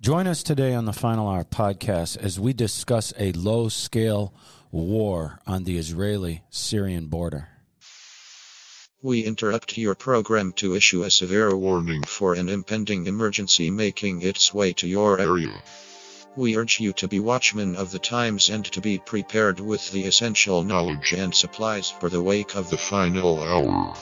Join us today on the Final Hour podcast as we discuss a low scale war on the Israeli Syrian border. We interrupt your program to issue a severe warning for an impending emergency making its way to your area. We urge you to be watchmen of the times and to be prepared with the essential knowledge and supplies for the wake of the final hour.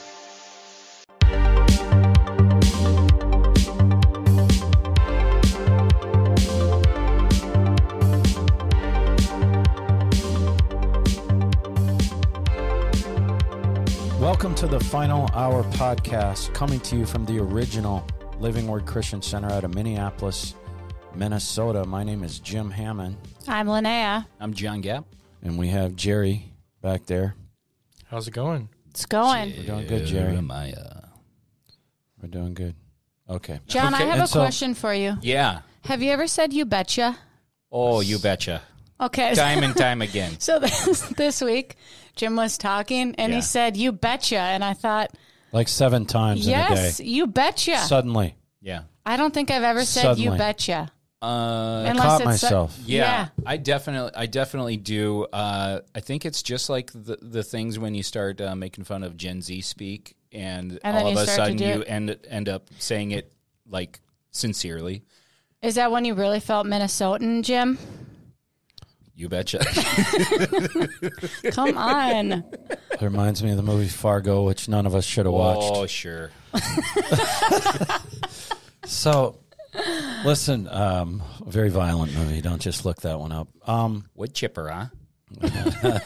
Welcome to the Final Hour podcast, coming to you from the original Living Word Christian Center out of Minneapolis, Minnesota. My name is Jim Hammond, I'm Linnea. I'm John Gap. and we have Jerry back there. How's it going? It's going. We're doing good, Jerry. Jeremiah. We're doing good. Okay. John, I Okay, have and a so- question for you. Yeah. Have you ever said you betcha? Oh, you betcha. Okay. Time and time again. So this, this week, Jim was talking and Yeah. he said, You betcha. And I thought, Like seven times Yes, in a you betcha. day. Suddenly, Yeah. I don't think I've ever said Suddenly. you betcha. Uh, Unless caught it's su- myself. yeah, Yeah. I definitely, I definitely do. Uh, I think it's just like the the things when you start uh, making fun of Gen Z speak, and, And then all of you a start to sudden do you it. end end up saying it like sincerely. Is that when you really felt Minnesotan, Jim? You betcha. Come on. it reminds me of the movie Fargo, which none of us should have watched. Oh, sure. So, listen, um, a very violent movie. Don't just look that one up. Um, Wood chipper, huh?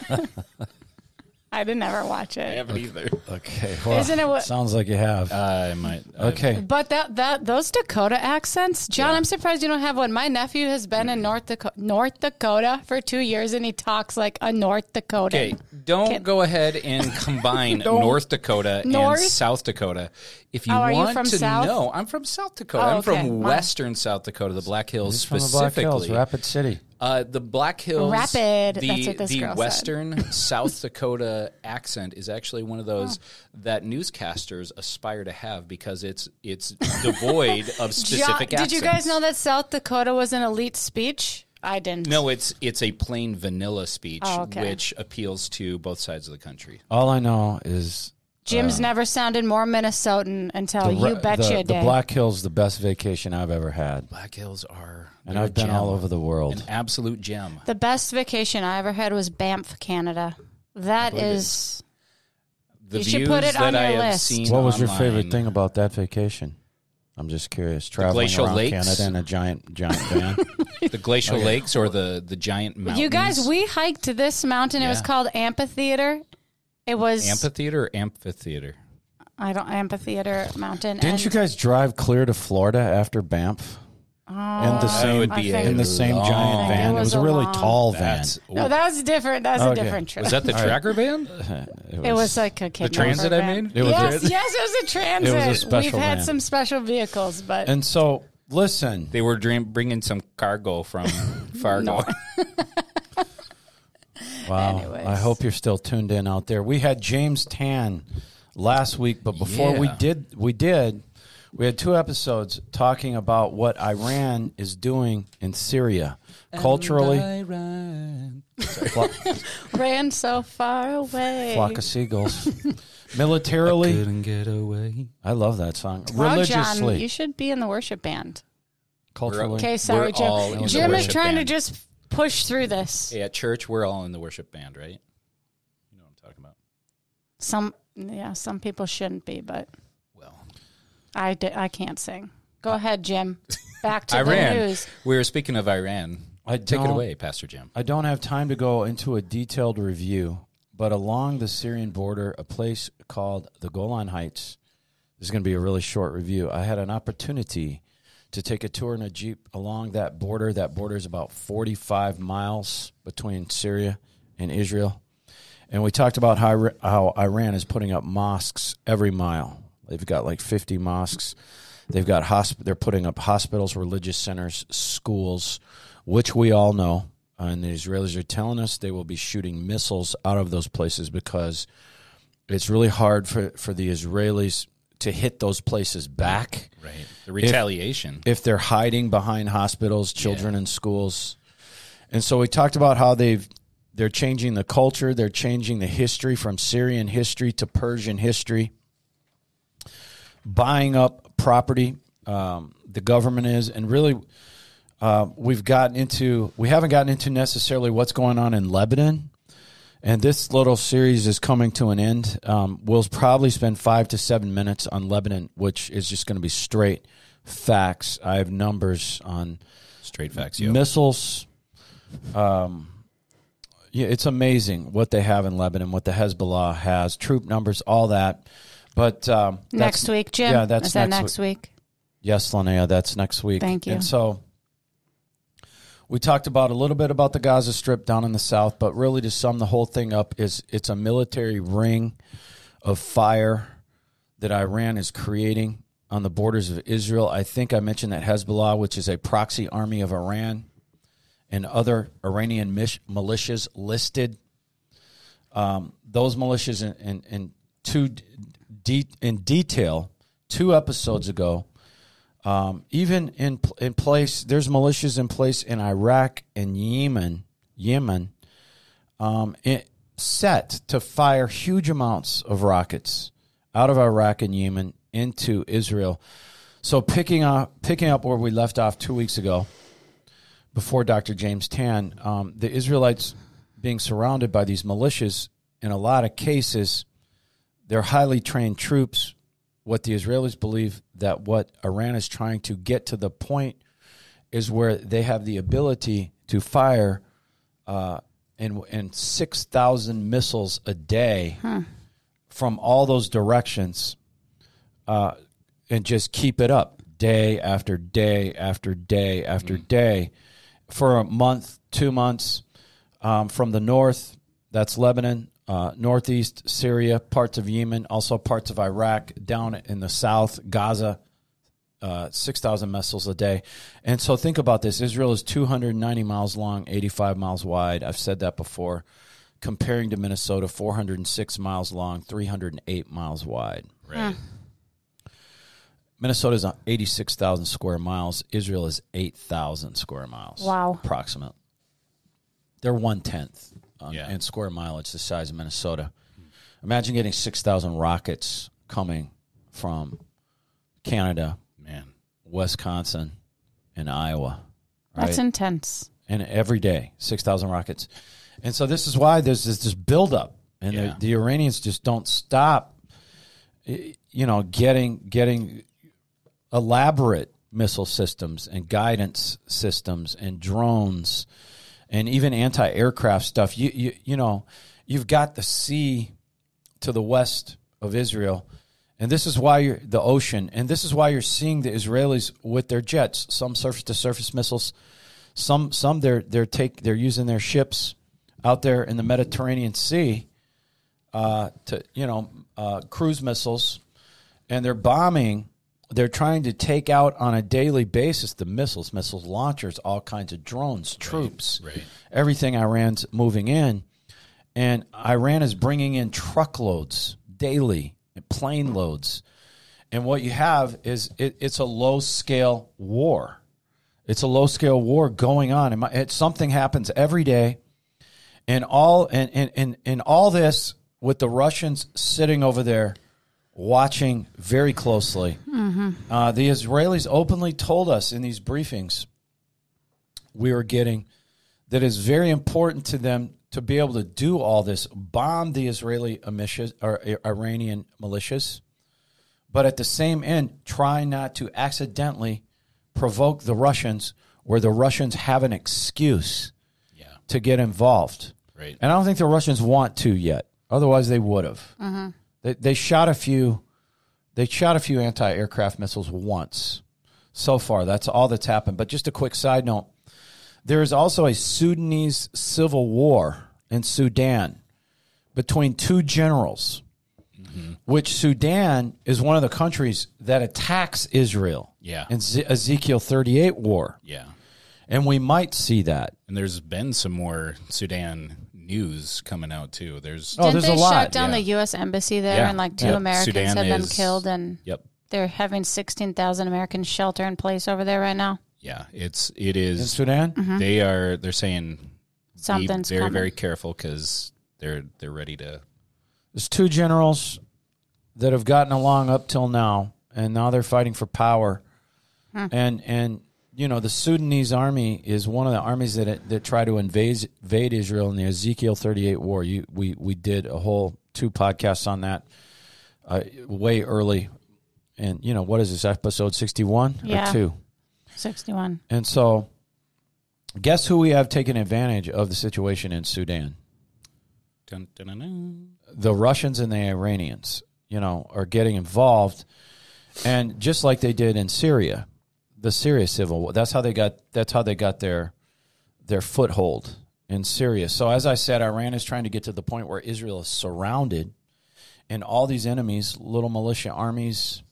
I didn't ever watch it. haven't either. okay. Well, Isn't it what- sounds like you have. I might. okay. But that that those Dakota accents, John, I'm surprised you don't have one. My nephew has been in North Dakota, North Dakota for two years, and he talks like a North Dakota. Okay, don't Can't- go ahead and combine North Dakota North? and South Dakota. If you Oh, are you want from to South? know, I'm from South Dakota. Oh, I'm okay. from Wow. Western South Dakota, the Black Hills He's from the Black specifically. Hills, Rapid City. Uh, the Black Hills, Rapid, The, that's what this the girl said. Western South Dakota accent is actually one of those that newscasters aspire to have because it's it's devoid of specific. John, accents. did you guys know that South Dakota was an elite speech? I didn't. No, it's it's a plain vanilla speech, Oh, okay. which appeals to both sides of the country. All I know is Jim's never sounded more Minnesotan until uh, the, Oh, you re- betcha the, the did. Black Hills, the best vacation I've ever had, Black Hills are, and they're a I've been gem. all over the world. an absolute gem. the best vacation I ever had was Banff, Canada. That is The You should put it on your list. What was your favorite online- thing about that vacation? I'm just curious. Traveling glacial around lakes? Canada in a giant, giant van. The glacial lakes or the the giant mountains? you guys. We hiked this mountain. It was Yeah. called Amphitheater. It was amphitheater, or amphitheater. I don't amphitheater mountain. Didn't and you guys drive clear to Florida after Banff? in Oh. the That same would be I in the same giant long- van. It It was, was a a really long- tall van. That's No, that was different. That was Okay. a different trip. was that the tracker van? it was like a kidnapper transit I van. mean? It was yes, a- yes, it was a transit. special We've had van. some special vehicles, but And so, listen, They were dream- bringing some cargo from Fargo. Wow. Anyways. uh, I hope you're still tuned in out there. We had James Tan last week, but before we Yeah. did we did we had two episodes talking about what Iran is doing in Syria culturally. Flock, ran so far away. flock of seagulls. Militarily, Couldn't get away. I love that song. Wow, John, Religiously, you should be in the worship band. culturally. Okay, sorry, all in Jim. the Jim is worship trying band. to just push through this. Hey, at church, we're all in the worship band, right? You know what I'm talking about. Some, yeah, some people shouldn't be, but Well, I, di- I can't sing. Go ahead, Jim. Back to Iran. the news. We were speaking of Iran. I Take it don't- away, Pastor Jim. I don't have time to go into a detailed review, but along the Syrian border, a place called the Golan Heights, this is going to be a really short review. I had an opportunity to take a tour in a Jeep along that border. That border is about 45 miles between Syria and Israel. And we talked about how, Ira- how Iran is putting up mosques every mile. They've got like 50 mosques. They've got hosp- they're putting up hospitals, religious centers, schools, which we all know. uh, And the Israelis are telling us they will be shooting missiles out of those places because it's really hard for, for the Israelis to hit those places back. Right. The retaliation. if they're hiding behind hospitals, children, and schools. And so we talked about how they've they're changing the culture, they're changing the history from Syrian history to Persian history, buying up property. Um, the government is, and really, uh, we've gotten into we haven't gotten into necessarily what's going on in Lebanon. And this little series is coming to an end. Um, we'll probably spend five to seven minutes on Lebanon, which is just going to be straight facts. I have numbers on Straight facts, yo. missiles. Um, yeah, it's amazing what they have in Lebanon, what the Hezbollah has, troop numbers, all that. But um, that's- Next week, Jim. Yeah, that's Is that next next week? Yes, Linnea, that's next week. Thank you. And so we talked about a little bit about the Gaza Strip down in the south, but really to sum the whole thing up is it's a military ring of fire that Iran is creating on the borders of Israel. I think I mentioned that Hezbollah, which is a proxy army of Iran, and other Iranian mish- militias listed. Um, those militias in, in, in two de- in detail two episodes ago um, even in pl- in place, there's militias in place in Iraq and Yemen, Yemen, um, it, set to fire huge amounts of rockets out of Iraq and Yemen into Israel. So picking up picking up where we left off two weeks ago, before Dr. James Tan, um, the Israelites being surrounded by these militias in a lot of cases, they're highly trained troops what the Israelis believe that what Iran is trying to get to the point is where they have the ability to fire uh, and and six thousand missiles a day from all those directions, uh, and just keep it up day after day after day after day for a month, two months um, from the north. That's Lebanon, uh, northeast Syria, parts of Yemen, also parts of Iraq, down in the south, Gaza, uh, 6,000 missiles a day. And so think about this Israel is 290 miles long, 85 miles wide. I've said that before. Comparing to Minnesota, 406 miles long, 308 miles wide. right. Minnesota is 86,000 square miles. Israel is 8,000 square miles. Wow. Approximate. They're one tenth um, Yeah. in square mileage, the size of Minnesota. Imagine getting 6,000 rockets coming from Canada, Man. Wisconsin, and Iowa. Right? That's intense. and every day 6,000 rockets. And so this is why there's this, this buildup, and Yeah. the, the Iranians just don't stop, eh, you know, getting getting elaborate missile systems and guidance systems and drones and even anti-aircraft stuff. You you you know, you've got the sea to the west of Israel. And this is why you're the ocean, and this is why you're seeing the Israelis with their jets, some surface to surface missiles, some some they're they're take they're using their ships out there in the Mediterranean Sea uh, to you know uh, cruise missiles, and they're bombing. They're trying to take out on a daily basis the missiles, missiles launchers, all kinds of drones, troops, right. everything Iran's moving in, and Iran is bringing in truckloads daily, plane loads, and what you have is it, it's a low scale war. It's a low scale war going on. And my, it, something happens every day. And all and, and, and, and all this with the Russians sitting over there watching very closely. Uh, the Israelis openly told us in these briefings we were getting that it's very important to them to be able to do all this, bomb the Israeli militias or Iranian militias but at the same end, try not to accidentally provoke the Russians where the Russians have an excuse Yeah. to get involved. Right. And I don't think the Russians want to yet. Otherwise, they would have. They, they shot a few. They shot a few anti-aircraft missiles once so far. That's all that's happened. But just a quick side note: there is also a Sudanese civil war in Sudan between two generals, Mm-hmm. which Sudan is one of the countries that attacks Israel. Yeah. in Ze- Ezekiel thirty-eight war, Yeah. and we might see that. And there's been some more Sudan news coming out too. There's Oh, Didn't there's they a lot, shut down yeah. the U.S. embassy there Yeah. and like two Yeah. Americans Sudan have been is- killed and yep, they're having 16,000 Americans shelter in place over there right now? yeah. It's it in is. Sudan. They are they're saying Mm-hmm. Something's be very coming. very careful because they're they're ready to There's two generals that have gotten along up till now, and now they're fighting for power. And and you know the Sudanese army is one of the armies that that try to invade invade Israel in the Ezekiel 38 war. You we we did a whole two podcasts on that uh, way early, and you know what is this episode 61 Yeah. or two? 61. And so, guess who we have taken advantage of the situation in Sudan? dun, dun, dun, dun. the Russians and the Iranians, you know, are getting involved, and just like they did in Syria, the Syria civil war. That's how they got. That's how they got their their foothold in Syria. So as I said, Iran is trying to get to the point where Israel is surrounded, and all these enemies, little militia armies,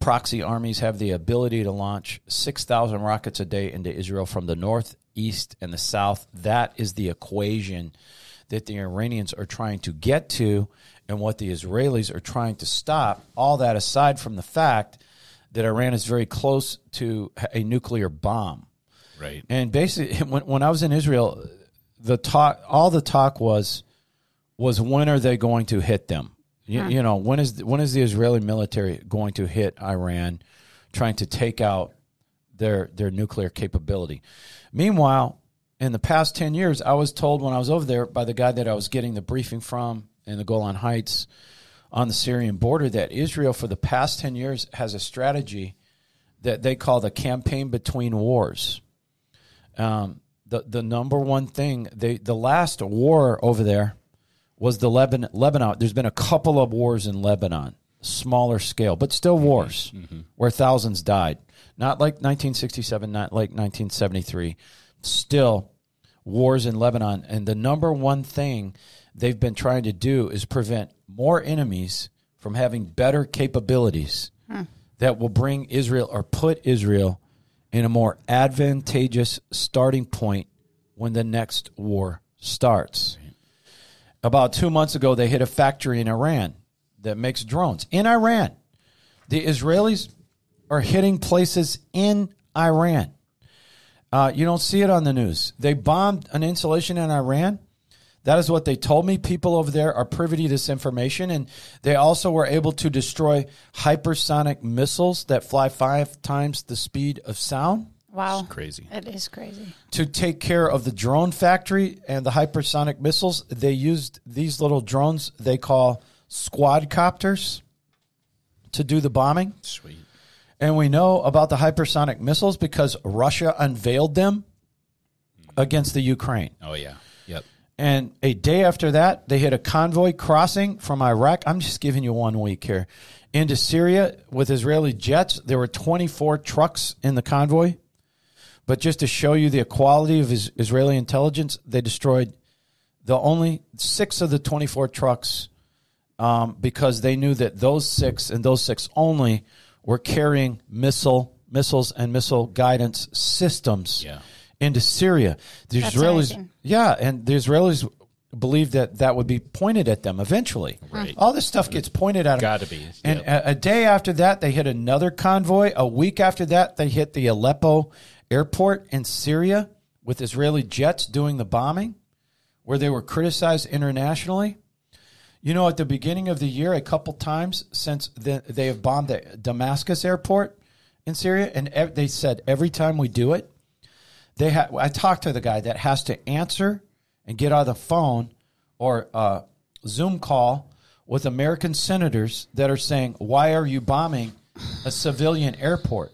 proxy armies, have the ability to launch six thousand rockets a day into Israel from the north, east, and the south. That is the equation that the Iranians are trying to get to, and what the Israelis are trying to stop. All that aside from the fact that Iran is very close to a nuclear bomb. Right. And basically, when, when I was in Israel, the talk, all the talk was, was when are they going to hit them? You, you know, when is when is the Israeli military going to hit Iran, trying to take out their their nuclear capability? Meanwhile, in the past ten years, I was told when I was over there by the guy that I was getting the briefing from in the Golan Heights on the Syrian border that Israel for the past ten years has a strategy that they call the campaign between wars um, the the number one thing they the last war over there was the Lebanon. Lebanon. There's been a couple of wars in Lebanon, smaller scale, but still wars where thousands died. Not like 1967, not like 1973. Still wars in Lebanon, and the number one thing they've been trying to do is prevent more enemies from having better capabilities that will bring Israel or put Israel in a more advantageous starting point when the next war starts. About two months ago, they hit a factory in Iran that makes drones. In Iran, the Israelis are hitting places in Iran. Uh, you don't see it on the news. They bombed an installation in Iran. That is what they told me. People over there are privy to this information, and they also were able to destroy hypersonic missiles that fly five times the speed of sound Wow. Crazy. It is crazy. to take care of the drone factory and the hypersonic missiles. They used these little drones they call squad copters to do the bombing. Sweet. And we know about the hypersonic missiles because Russia unveiled them against the Ukraine. Oh yeah. Yep. And a day after that, they hit a convoy crossing from Iraq. I'm just giving you one week here into Syria with Israeli jets. There were 24 trucks in the convoy. But just to show you the equality of is- Israeli intelligence, they destroyed the only six of the 24 trucks um, because they knew that those six and those six only were carrying missile missiles and missile guidance systems Yeah. into Syria. The That's Israelis, amazing. yeah, and the Israelis believed that that would be pointed at them eventually. Right. All this stuff gets pointed at. them. Gotta be, And yep. a, a day after that, they hit another convoy. A week after that, they hit the Aleppo airport in Syria with Israeli jets doing the bombing, where they were criticized internationally. You know, at the beginning of the year, a couple times since the, they have bombed the Damascus airport in Syria, and ev- they said every time we do it, they ha- I talked to the guy that has to answer and get on the phone or uh, Zoom call with American senators that are saying, "Why are you bombing a civilian airport?"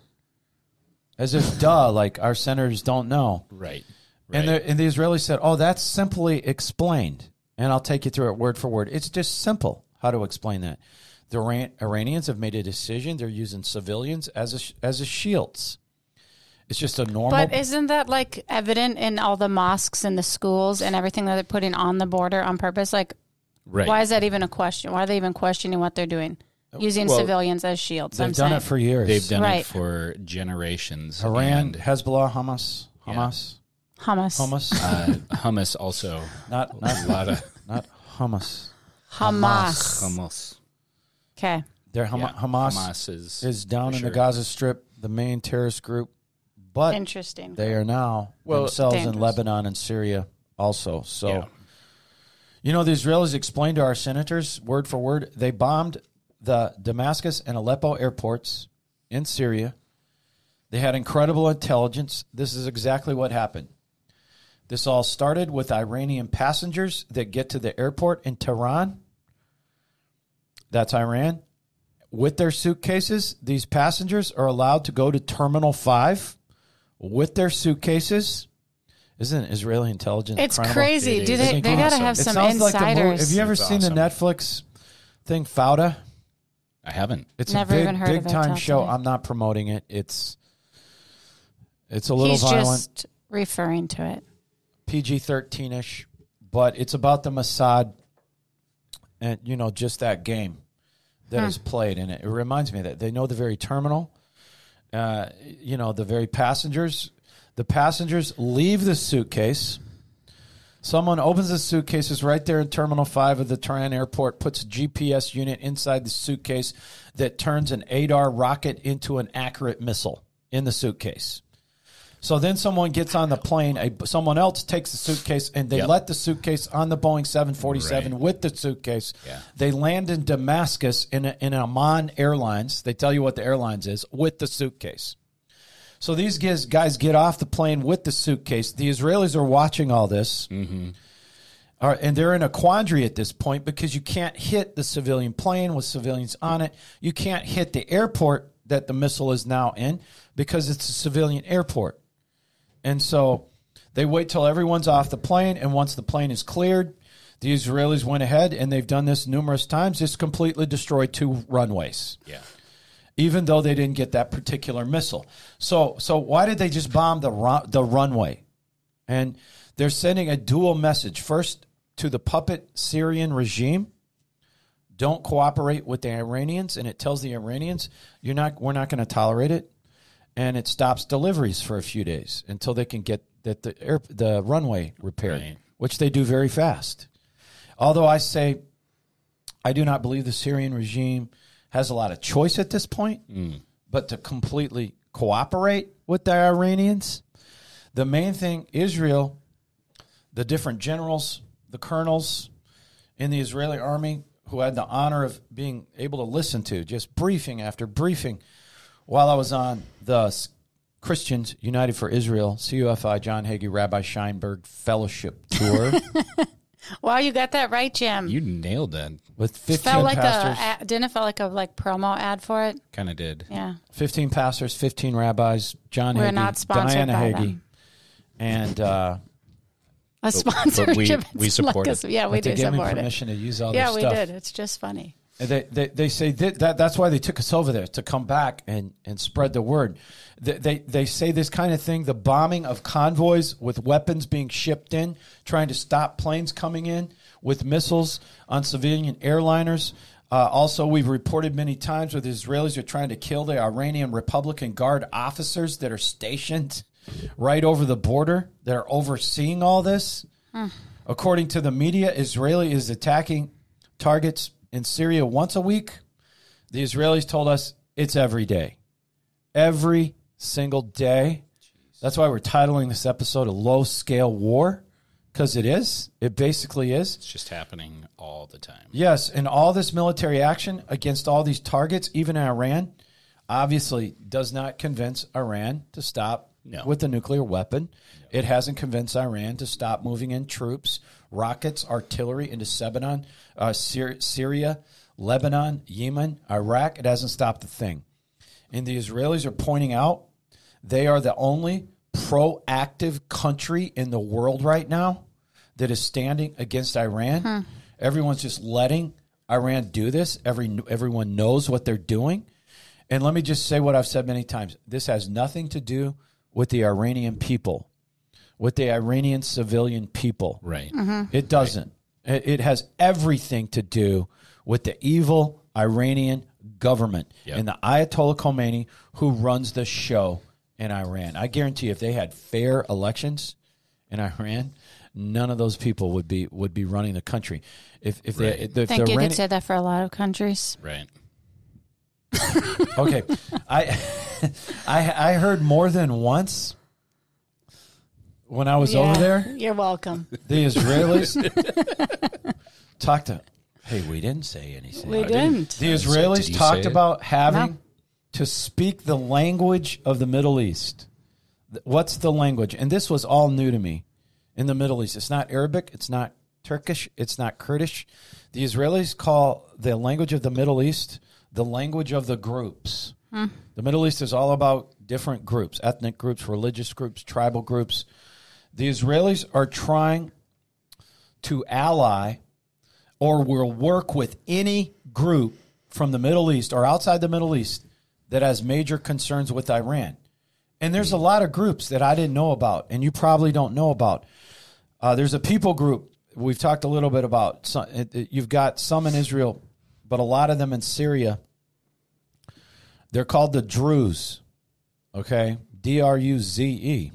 As if, duh, like our senators don't know. Right. And, the, and the Israelis said, "Oh, that's simply explained." And I'll take you through it word for word. It's just simple how to explain that. The Iran- Iranians have made a decision. They're using civilians as a sh- as a shields. It's just a normal. But isn't that like evident in all the mosques and the schools and everything that they're putting on the border on purpose? Like, Right. why is that even a question? Why are they even questioning what they're doing? Using Well, civilians as Oh, shields. They've I'm done saying. it for years. They've done Right. it for generations. Iran, and- Hezbollah, Hamas, Hamas. Hummus. Hummus. Uh, hummus also. Not A not lot of not hummus. Hamas. hummus. Okay. They're Hama- Yeah, Hamas, Hamas is, is down for in the sure. Gaza Strip, the main terrorist group, but Interesting. they are now Well- themselves in Dangerous. Lebanon and Syria also. So, Yeah. you know, the Israelis explained to our senators word for word they bombed the Damascus and Aleppo airports in Syria. They had incredible intelligence. This is exactly what happened. This all started with Iranian passengers that get to the airport in Tehran. That's Iran. With their suitcases, these passengers are allowed to go to Terminal 5 with their suitcases. Isn't Israeli intelligence? It's incredible? crazy. It Do is. they? It's They gotta awesome. have It some sounds like the movie- insiders. have you ever It's seen awesome. the Netflix thing Fauda? I haven't. It's Never a big, even heard of big it time till show. today. I'm not promoting it. It's it's a little He's violent, just referring to it. PG 13 ish, but it's about the Mossad and you know just that game that is played in it. It reminds me of that they know the very terminal, uh, you know the very passengers. The passengers leave the suitcase. Someone opens the suitcases right there in Terminal 5 of the Tehran airport, puts a GPS unit inside the suitcase that turns an ADAR rocket into an accurate missile in the suitcase. So then someone gets on the plane, a, someone else takes the suitcase, and they Yep. let the suitcase on the Boeing 747 Right. with the suitcase. Yeah. They land in Damascus in, a, in Amman Airlines. They tell you what the airlines is with the suitcase. So these guys, guys get off the plane with the suitcase. The Israelis are watching all this. Mm-hmm. All right, and they're in a quandary at this point because you can't hit the civilian plane with civilians on it. You can't hit the airport that the missile is now in because it's a civilian airport. And so they wait till everyone's off the plane. And once the plane is cleared, the Israelis went ahead and they've done this numerous times, just completely destroyed two runways Yeah. even though they didn't get that particular missile. So so why did they just bomb the ru- the runway? And they're sending a dual message. First to the puppet Syrian regime, don't cooperate with the Iranians and it tells the Iranians you're not we're not going to tolerate it and it stops deliveries for a few days until they can get that the air, the runway repaired, Right. which they do very fast. Although I say I do not believe the Syrian regime has a lot of choice at this point, but to completely cooperate with the Iranians. The main thing, Israel, the different generals, the colonels in the Israeli army who had the honor of being able to listen to just briefing after briefing while I was on the S- Christians United for Israel, CUFI, John Hagee, Rabbi Scheinberg Fellowship Tour Wow, you got that right, Jim. You nailed that. with 15 felt like pastors. a, a didn't it felt like a like promo ad for it? Kind of did. Yeah. 15 pastors, 15 rabbis, John We're Hagee, not sponsored Diana by Hagee, them. and uh, A sponsorship. we It's support like us- it. Yeah, we but they do gave me support it. permission to use all Yeah, their we stuff. did. It's just funny. And They, they, they say that, that that's why they took us over there to come back and, and spread the word. They, they, they say this kind of thing the bombing of convoys with weapons being shipped in, trying to stop planes coming in with missiles on civilian airliners. Uh, also, we've reported many times where the Israelis are trying to kill the Iranian Republican Guard officers that are stationed right over the border that are overseeing all this. According to the media, Israeli is attacking targets in Syria once a week. The Israelis told us it's every day. Every single day. That's why we're titling this episode a low scale war because it is. It basically is. It's just happening all the time. Yes, and all this military action against all these targets, even in Iran, obviously does not convince Iran to stop No. with the nuclear weapon. It hasn't convinced Iran to stop moving in troops, rockets, artillery into Lebanon, uh, Syr- Syria, Lebanon, Yemen, Iraq. It hasn't stopped a thing. And the Israelis are pointing out they are the only proactive country in the world right now that is standing against Iran. Everyone's just letting Iran do this. Every everyone knows what they're doing. And let me just say what I've said many times. This has nothing to do with the Iranian people, with the Iranian civilian people. Right. Mm-hmm. It doesn't. It, it has everything to do with the evil Iranian government Yep. and the Ayatollah Khomeini who runs the show in Iran. I guarantee if they had fair elections in Iran, none of those people would be would be running the country. If if Right. they if they're I think you running, could say that for a lot of countries. Right. okay, I I I heard more than once when I was over there You're welcome. the Israelis talked to. Hey, we didn't say anything. We didn't. The say- did Israelis you talked say it? about having No. to speak the language of the Middle East. Th- What's the language? And this was all new to me in the Middle East. It's not Arabic, it's not Turkish, it's not Kurdish. The Israelis call the language of the Middle East the language of the groups. Hmm. The Middle East is all about different groups, ethnic groups, religious groups, tribal groups. The Israelis are trying to ally or will work with any group from the Middle East or outside the Middle East that has major concerns with Iran. And there's a lot of groups that I didn't know about, and you probably don't know about. Uh, there's a people group we've talked a little bit about. So- it- it- You've got some in Israel, but a lot of them in Syria. They're called the Druze, okay? D R U Z E.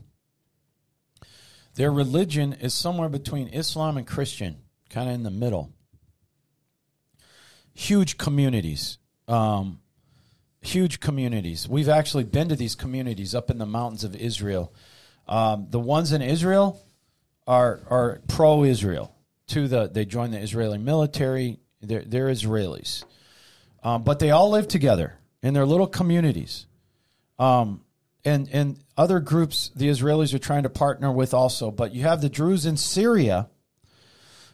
Their religion is somewhere between Islam and Christian, kind of in the middle huge communities. Um, huge communities. We've actually been to these communities up in the mountains of Israel. Um, the ones in Israel are are pro Israel. To the they join the Israeli military. They're, they're Israelis, um, but they all live together in their little communities. Um, and and other groups the Israelis are trying to partner with also. But you have the Druze in Syria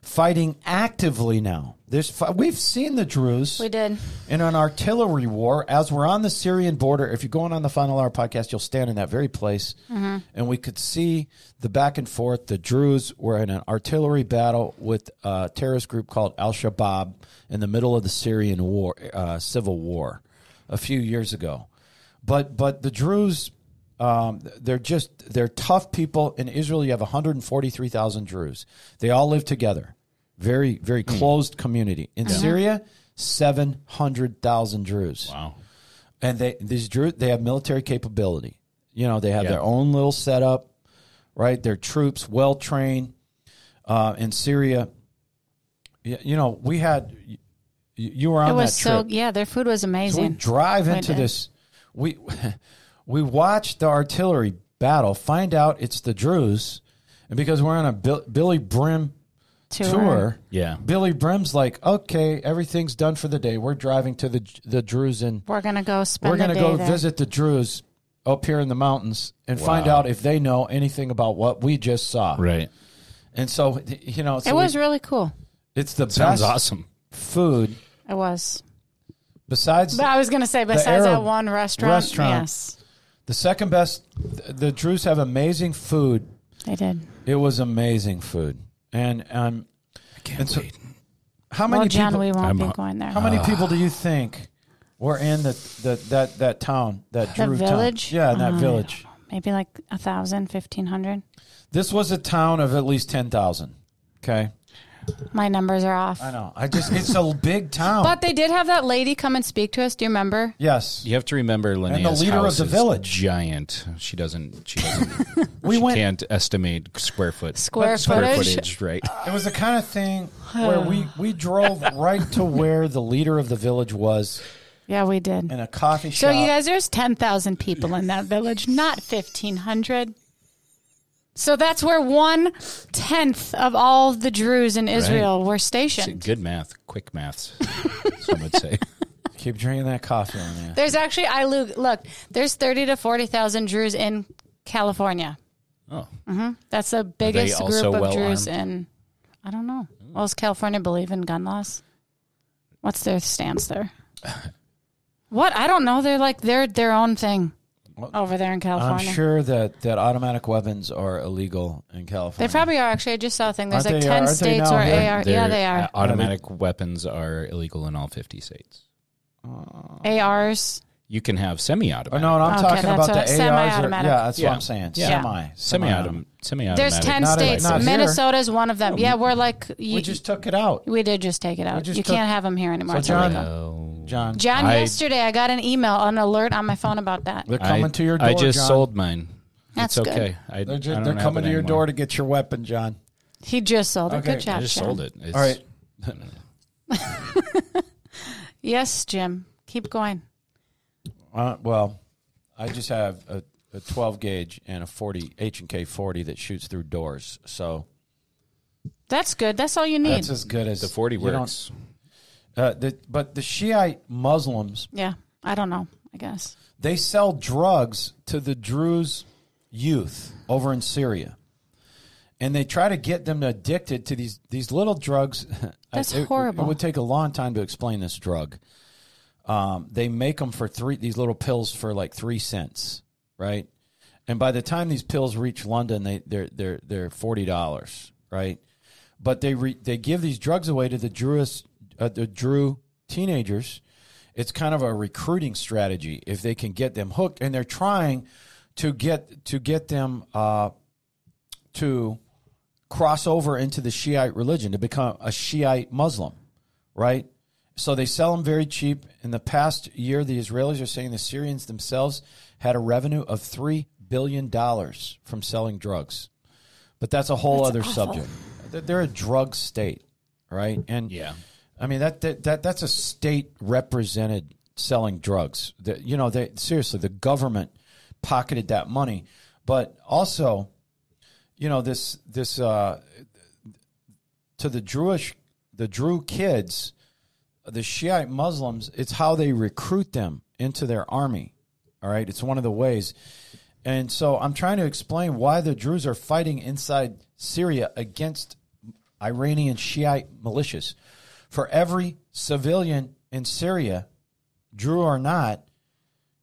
fighting actively now. There's fi- we've seen the Druze We did. in an artillery war as we're on the Syrian border. If you're going on the Final Hour podcast, you'll stand in that very place, and we could see the back and forth. The Druze were in an artillery battle with a terrorist group called Al Shabaab in the middle of the Syrian war, uh, civil war, a few years ago. But but the Druze. Um, they're just they're tough people in Israel. You have 143,000 Druze. They all live together, very very closed community. In Syria, 700,000 Druze Wow. and they these Drew they have military capability. You know, they have their own little setup, right? Their troops well trained uh, in Syria. Y- You know, we had y- you were on It was that so trip. yeah. Their food was So we amazing. drive into did. this. We we watch the artillery battle. Find out it's the Druze, and because we're on a Bill, Billy Brim Tour. tour, Yeah. Billy Brim's like, okay, everything's done for the day. We're driving to the the Druze in We're gonna go spend. we're the going to day go there. visit the Druze up here in the mountains and find out if they know anything about what we just saw. Right. And so, th- you know, so It we- was really cool. it's the Sounds best awesome. food It was. besides But I was gonna say besides that Arab one restaurant, restaurant. yes, the second best. th- The Druze have amazing food. they did. It was amazing food. And um, I can't and so, wait. how many Well, John, people? we won't I'm be hu- going there. how many people do you think were in the, the that that town that The Druze village? Town? Yeah, in that Uh, village. Maybe like a thousand, fifteen hundred. This was a town of at least ten thousand. Okay, My numbers are off. I know. I just it's a big town. But they did have that lady come and speak to us. Do you remember? yes, You have to remember, Linnea's leader of house the is village. giant. She doesn't. She doesn't. we she went. can't estimate square foot. Square Square footage. footage, right? It was the kind of thing where we we drove right to where the leader of the village was Yeah, we did. in a coffee So shop. you guys, there's ten thousand people in that village, not fifteen hundred. So that's where one tenth of all the Druze in Israel were stationed. Good math, quick maths. some would say. keep drinking that coffee on there. There's actually I look look. There's thirty to forty thousand Druze in California. Oh, That's the biggest group also of well Druze in. I don't know. Well, does California believe in gun laws? What's their stance there? what I don't know. They're like they're their own thing over there in I'm California. sure that, that automatic weapons are illegal in They California. probably are. Actually, I just saw a thing. There's Aren't like they- ten aren't they states now? where They're- AR. Yeah, they are. uh, Automatic weapons are illegal in all 50 states. ARs. You can have semi-automatic. oh, no, no, I'm Okay, talking that's about what- the ARs. Or, semi-automatic. yeah, that's Yeah. what I'm saying. Yeah. Semi. semi-automatic. Semi-automatic. There's ten Not in- states. not here. Minnesota's one of them. Yeah, we're like you, We just took it out. we did just take it out. You just can't have them here anymore. So It's John, uh, illegal. John, John I- yesterday I got an email, an alert on my phone about that. they're coming I, to your door. I just John. sold mine. That's it's good. okay. I, They're, I just, don't they're have coming it to your anymore. door to get your weapon, John. He just sold it. Okay, Good job, I just Jim. sold it. It's, All right. Yes, Jim. Keep going. Uh, well, I just have a, a 12 gauge and a 40 H and K 40 that shoots through doors. So That's good. That's all you need. that's as good as The 40 you don't- works. Uh, the, but the Shiite Muslims yeah. I don't know. I guess. they sell drugs to the Druze youth over in Syria. And they try to get them addicted to these these little drugs. That's It- it- horrible. It would take a long time to explain this drug. Um, they make them for three these little pills for like three cents, right? And by the time these pills reach London, they they're they're they're forty dollars, right? But they re, they give these drugs away to the Druze uh, the Drew teenagers. It's kind of a recruiting strategy if they can get them hooked, and they're trying to get to get them uh, to cross over into the Shiite religion to become a Shiite Muslim, right? So they sell them very cheap. In the past year, the Israelis are saying the Syrians themselves had a revenue of three billion dollars from selling drugs, but that's a whole other subject. They're- They're a drug state, right? And Yeah. I mean that that, that that's a state represented selling drugs. That you know, they seriously the government pocketed that money, but also, you know this this uh, to the Jewish the Drew kids, the Shiite Muslims. It's how they recruit them into their army. All right, it's one of the ways. And so I'm trying to explain why the Druze are fighting inside Syria against Iranian Shiite militias. For every civilian in Syria, Drew or not,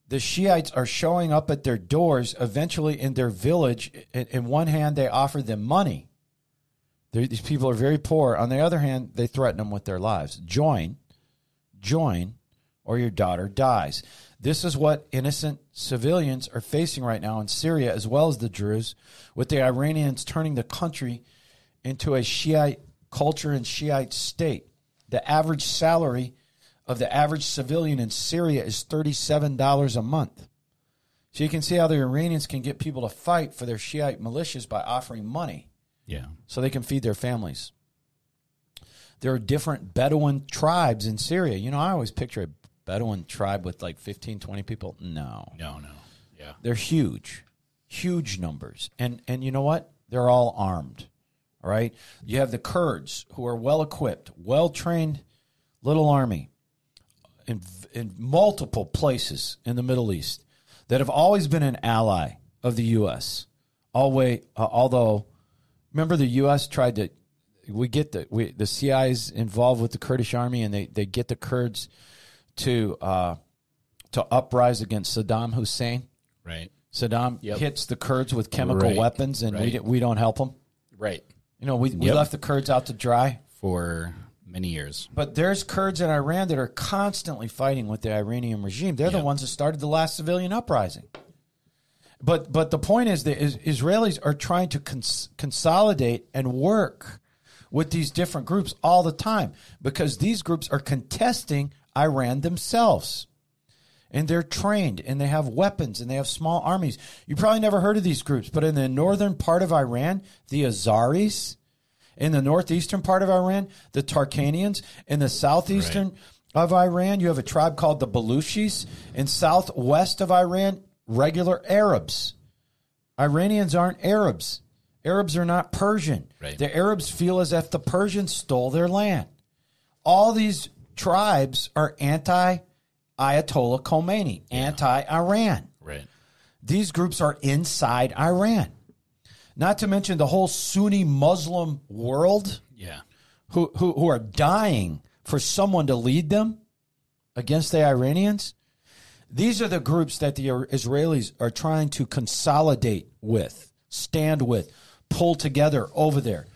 the Shiites are showing up at their doors, eventually in their village. In, in one hand, they offer them money. They- These people are very poor. On the other hand, they threaten them with their lives. Join, join, or your daughter dies. This is what innocent civilians are facing right now in Syria, as well as the Druze, with the Iranians turning the country into a Shiite culture and Shiite state. The average salary of the average civilian in Syria is $37 a month. So you can see how the Iranians can get people to fight for their Shiite militias by offering money Yeah. so they can feed their families. There are different Bedouin tribes in Syria. You know, I always picture a Bedouin tribe with like 15, 20 people. No. No, no. Yeah. They're huge, huge numbers. And and you know what? They're all armed. All right. You have the Kurds who are well equipped, well trained little army in in multiple places in the Middle East that have always been an ally of the U.S. Always, uh, although remember the U.S. tried to we get the we the CI's involved with the Kurdish army and they they get the Kurds to uh, to uprise against Saddam Hussein. Right. Saddam Yep. hits the Kurds with chemical Right, weapons, and we right. di- we don't help them. Right. You know, we, we Yep. left the Kurds out to dry. For many years. But there's Kurds in Iran that are constantly fighting with the Iranian regime. They're the Yep. ones that started the last civilian uprising. But but the point is that is, Israelis are trying to cons- consolidate and work with these different groups all the time because these groups are contesting Iran themselves. and they're trained and they have weapons and they have small armies. You probably never heard of these groups, but in the northern part of Iran, the Azaris, in the northeastern part of Iran, the Tarkanians, in the southeastern of Iran, you have a tribe called the Baluchis, in southwest of Iran, regular Arabs. Iranians aren't Arabs. Arabs are not Persian. Right. The Arabs feel as if the Persians stole their land. All these tribes are anti Ayatollah Khomeini, anti Iran. Right. These groups are inside Iran. Not to mention the whole Sunni Muslim world Yeah. who, who, who are dying for someone to lead them against the Iranians. These are the groups that the Israelis are trying to consolidate with, stand with, pull together over there.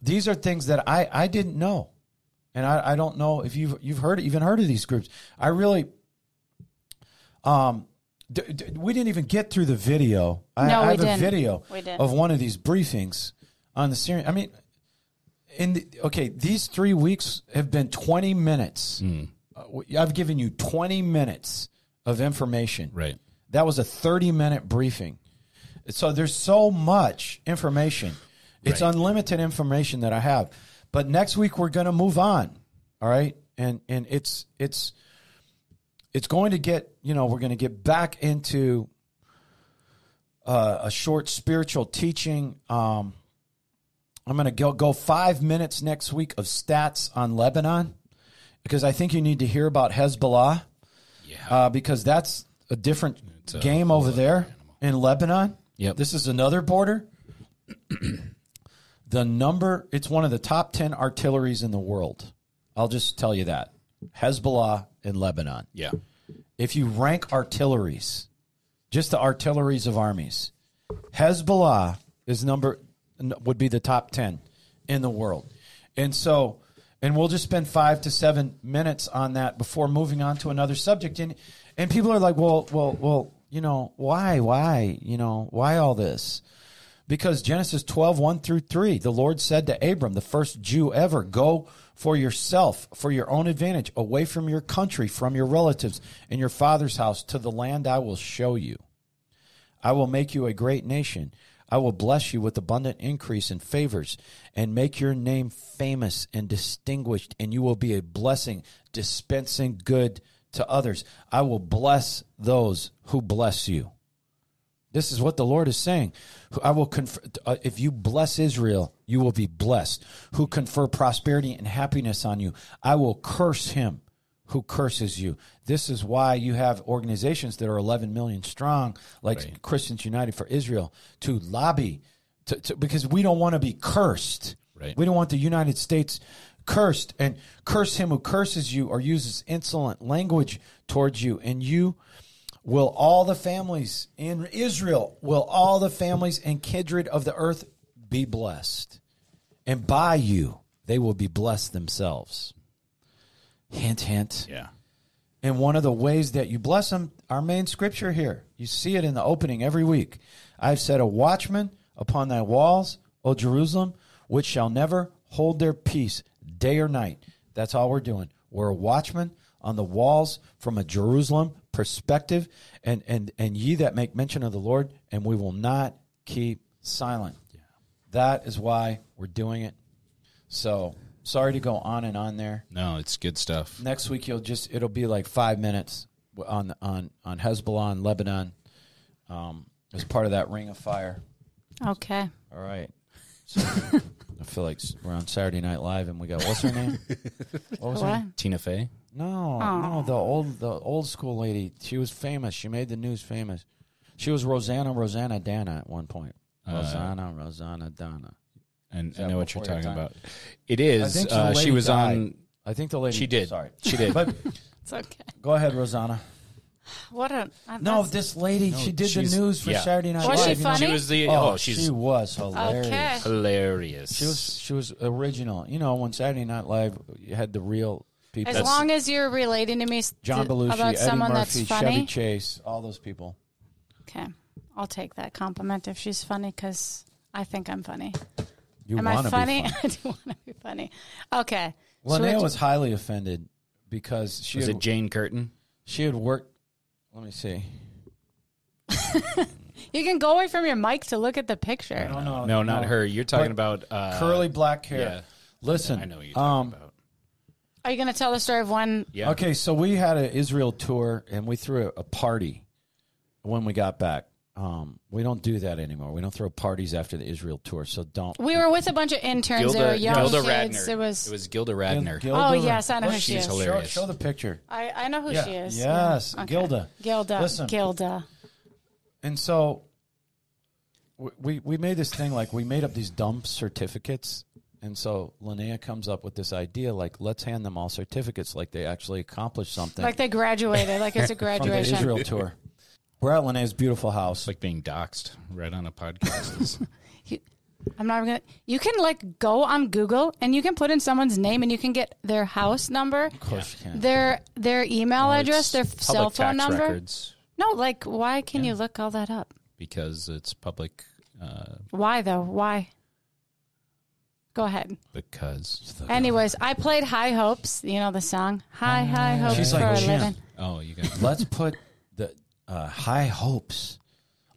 These are things that I, I didn't know. And I, I don't know if you've, you've heard, even heard of these groups. I really, um, d- d- we didn't even get through the video. I, I No, we have a didn't. video We didn't. of one of these briefings on the Syrian. I mean, in the, okay, these three weeks have been 20 minutes. Hmm. Uh, w- I've given you 20 minutes of information. Right. That was a 30 minute briefing. So there's so much information. It's Right. unlimited information that I have. But next week we're going to move on. All right? And and it's it's it's going to get, you know, we're going to get back into uh, a short spiritual teaching. Um I'm going to go go 5 minutes next week of stats on Lebanon because I think you need to hear about Hezbollah Yeah. uh, because that's a different a game over there in Lebanon. Yep. This is another border. the number, it's one of the top 10 artilleries in the world. I'll just tell you that. Hezbollah in Lebanon. yeah. If you rank artilleries, just the artilleries of armies, Hezbollah is number n- would be the top 10 in the world. And so and we'll just spend 5 to 7 minutes on that before moving on to another subject and and people are like, "Well, well, well, you know, why why, you know, why all this?" Because Genesis 12, 1 through 3, the Lord said to Abram, the first Jew ever, Go for yourself, for your own advantage, away from your country, from your relatives, and your father's house, to the land I will show you. I will make you a great nation. I will bless you with abundant increase and favors and make your name famous and distinguished, and you will be a blessing, dispensing good to others. I will bless those who bless you. This is what the Lord is saying. Who- I will confer, uh, if you bless Israel, you will be blessed. Who confer prosperity and happiness on you, I will curse him who curses you. This is why you have organizations that are 11 million strong, like Christians United for Israel, to lobby, to, to, because we don't want to be cursed. Right. We don't want the United States cursed and curse him who curses you or uses insolent language towards you. And you will all the families in Israel, will all the families and kindred of the earth be blessed. And by you, they will be blessed themselves. Hint, hint. Yeah. And one of the ways that you bless them, our main scripture here, you see it in the opening every week. I've set a watchman upon thy walls, O Jerusalem, which shall never hold their peace day or night. That's all we're doing. We're a watchman on the walls from a Jerusalem perspective, and and and ye that make mention of the Lord, and we will not keep silent. That is why we're doing it. So sorry to go on and on there No, it's good stuff. next week you'll just it'll be like five minutes on on on Hezbollah and Lebanon um, as part of that Ring of Fire. Okay. All right. So, I feel like we're on Saturday Night Live and we got what's her name? What was her What? name? Tina Fey. No, no, the old the old school lady. She was famous. She made the news famous. She was Rosanna Rosanna Dana at one point. Uh, Rosanna Rosanna Dana. And I that know what you're before your talking time? about. It I is. think Uh, the she lady was died. on. I think the lady She did. Sorry. She did. But It's okay. go ahead, Rosanna. What a I- No, that's- this lady, she did the she's- news for yeah. Saturday Night Live. Was she you know? funny? She was the. Oh, Oh, she's she was hilarious. Okay. hilarious. She was she was original. You know, when Saturday Night Live you had the real people, as long as you're relating to me s- John to- Belushi, about Eddie someone Murphy, that's funny. Chevy Chase, all those people. okay. I'll take that compliment if she's funny because I think I'm funny. You Am I want to funny? be funny. I do want to be funny. Okay. So Linnea it- was highly offended because she Was had, it Jane Curtin? she had worked. Let me see. you can go away from your mic to look at the picture. Oh, No, no, No, not no. her. You're talking But about uh, Curly black hair. Yeah, Listen, I know what you're um, talking about. Are you going to tell the story of one? Yeah. Okay, so we had an Israel tour and we threw a party when we got back. Um, we don't do that anymore. We don't throw parties after the Israel tour, so don't. We were with a bunch of interns. they were Gilda, young Gilda kids. Radner. It was. Gilda Radner. Gilda- Oh, yes, I know who Look, she she's is. hilarious. Show, show the picture. I, I know who Yeah. she is. Yes, Gilda. Gilda. Listen. Gilda. And so we- we we made this thing like we made up these dumb certificates. And so Linnea comes up with this idea like let's hand them all certificates like they actually accomplished something Like they graduated. Like it's from a the graduation. Israel tour. We're at Linnea's beautiful house. It's like being doxxed right on a podcast. It's- I'm not gonna. You can like go on Google and you can put in someone's name and you can get their house number, of course you can. their their email address, their Oh, public cell phone tax number. records No, like why can you look all that up? because it's public. Uh, Why though? Why? Go ahead. because Anyways, I played High Hopes. You know the song High High Hopes She's for like, a "Jim." living. oh, you got Let's put the uh, high hopes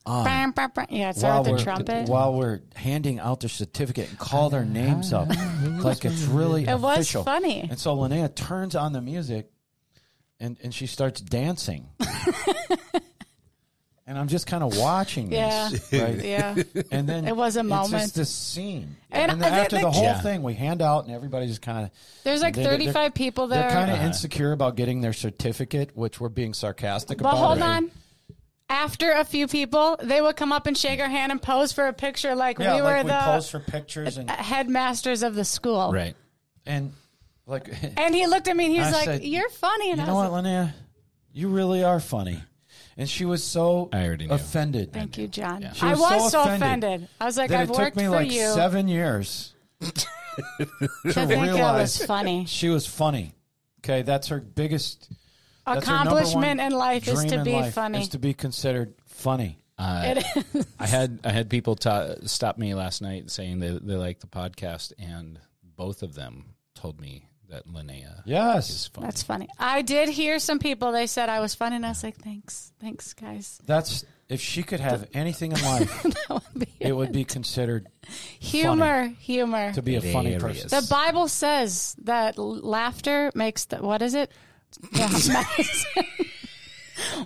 on Brum, brum, brum. Yeah, it started with the trumpet. while we're handing out their certificate and call their names up like it's really It was official. funny. And so Linnea turns on the music and, and she starts dancing. and I'm just kind of watching yeah, this. Right? yeah. And then It was a It's moment. just this scene. And And, then I think after the- the whole Yeah. thing, we hand out and everybody just kind of. There's like They- they're- 35 people there. They're kind of insecure about getting their certificate, which we're being sarcastic But about. hold Right. on. After a few people, they would come up and shake our hand and pose for a picture like Yeah, we like were we the uh, posed for pictures and headmasters of the school. Right. and like. And he looked at me and he was I like, said, You're funny. And you I know was what, Linnea? You really are funny. And she was so I already knew. offended. like, Thank you, John. She I was was so so offended offended. I was like, That I've it took worked me for like you. seven years to to think I was realize funny. she was funny. Okay, that's her biggest that's her number one Accomplishment in life is dream to in be life, funny. Is to be considered funny. I had I had people ta- stop me last night saying they they like the podcast, and both of them told me that Linnea is Yes, funny. That's funny. I did hear some people, they said I was funny. And I was like, Thanks. Thanks, guys. that's if she could have anything in life, it would be considered Humor, humor. to be a funny Hilarious. person. The Bible says that l- laughter makes the what is it? Yeah, medicine.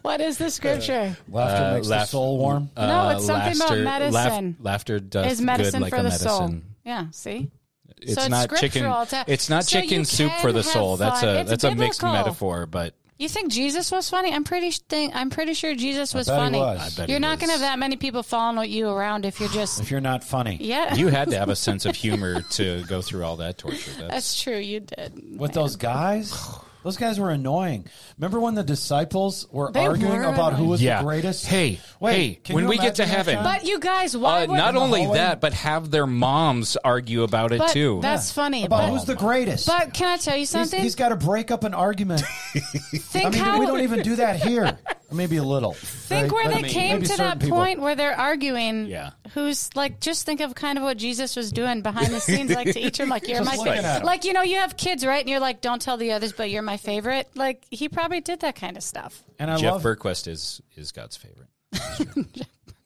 what is the scripture? Laughter Uh, makes the laugh- soul warm. No, it's something about medicine. uh, laughter does is medicine good like for a the medicine. soul? Yeah. See, It's, it's not scriptural chicken. to- it's not So chicken you soup can for the have soul. That's fun. a It's that's a mixed biblical. metaphor, but you think Jesus was funny? I'm pretty sh- think, I'm pretty sure Jesus was bet he funny. was. I bet You're it not going to is. have that many people following you around if you're just If you're not funny, yeah. You had to have a sense of humor to go through all that torture. That's, That's true. You did. with those guys. Those guys were annoying. Remember when the disciples were They arguing were about who was Yeah. the greatest? Hey, hey, can when you we get to imagine that, heaven- John? But you guys, why uh, would not only hallway? that, but have their moms argue about it But too. that's funny. about But, who's the greatest? but can I tell you He's- something? he's got to break up an argument. think I mean, how we don't even do that here. Maybe a little. think where they came to that point where they're arguing. Yeah. Who's like just think of kind of what Jesus was doing behind the scenes, like to each of them, like you're Just my looking at favorite. 'em. Like you know, you have kids, right? And you're like, don't tell the others, but you're my favorite. Like he probably did that kind of stuff. And I Jeff love. Burquist is is God's favorite.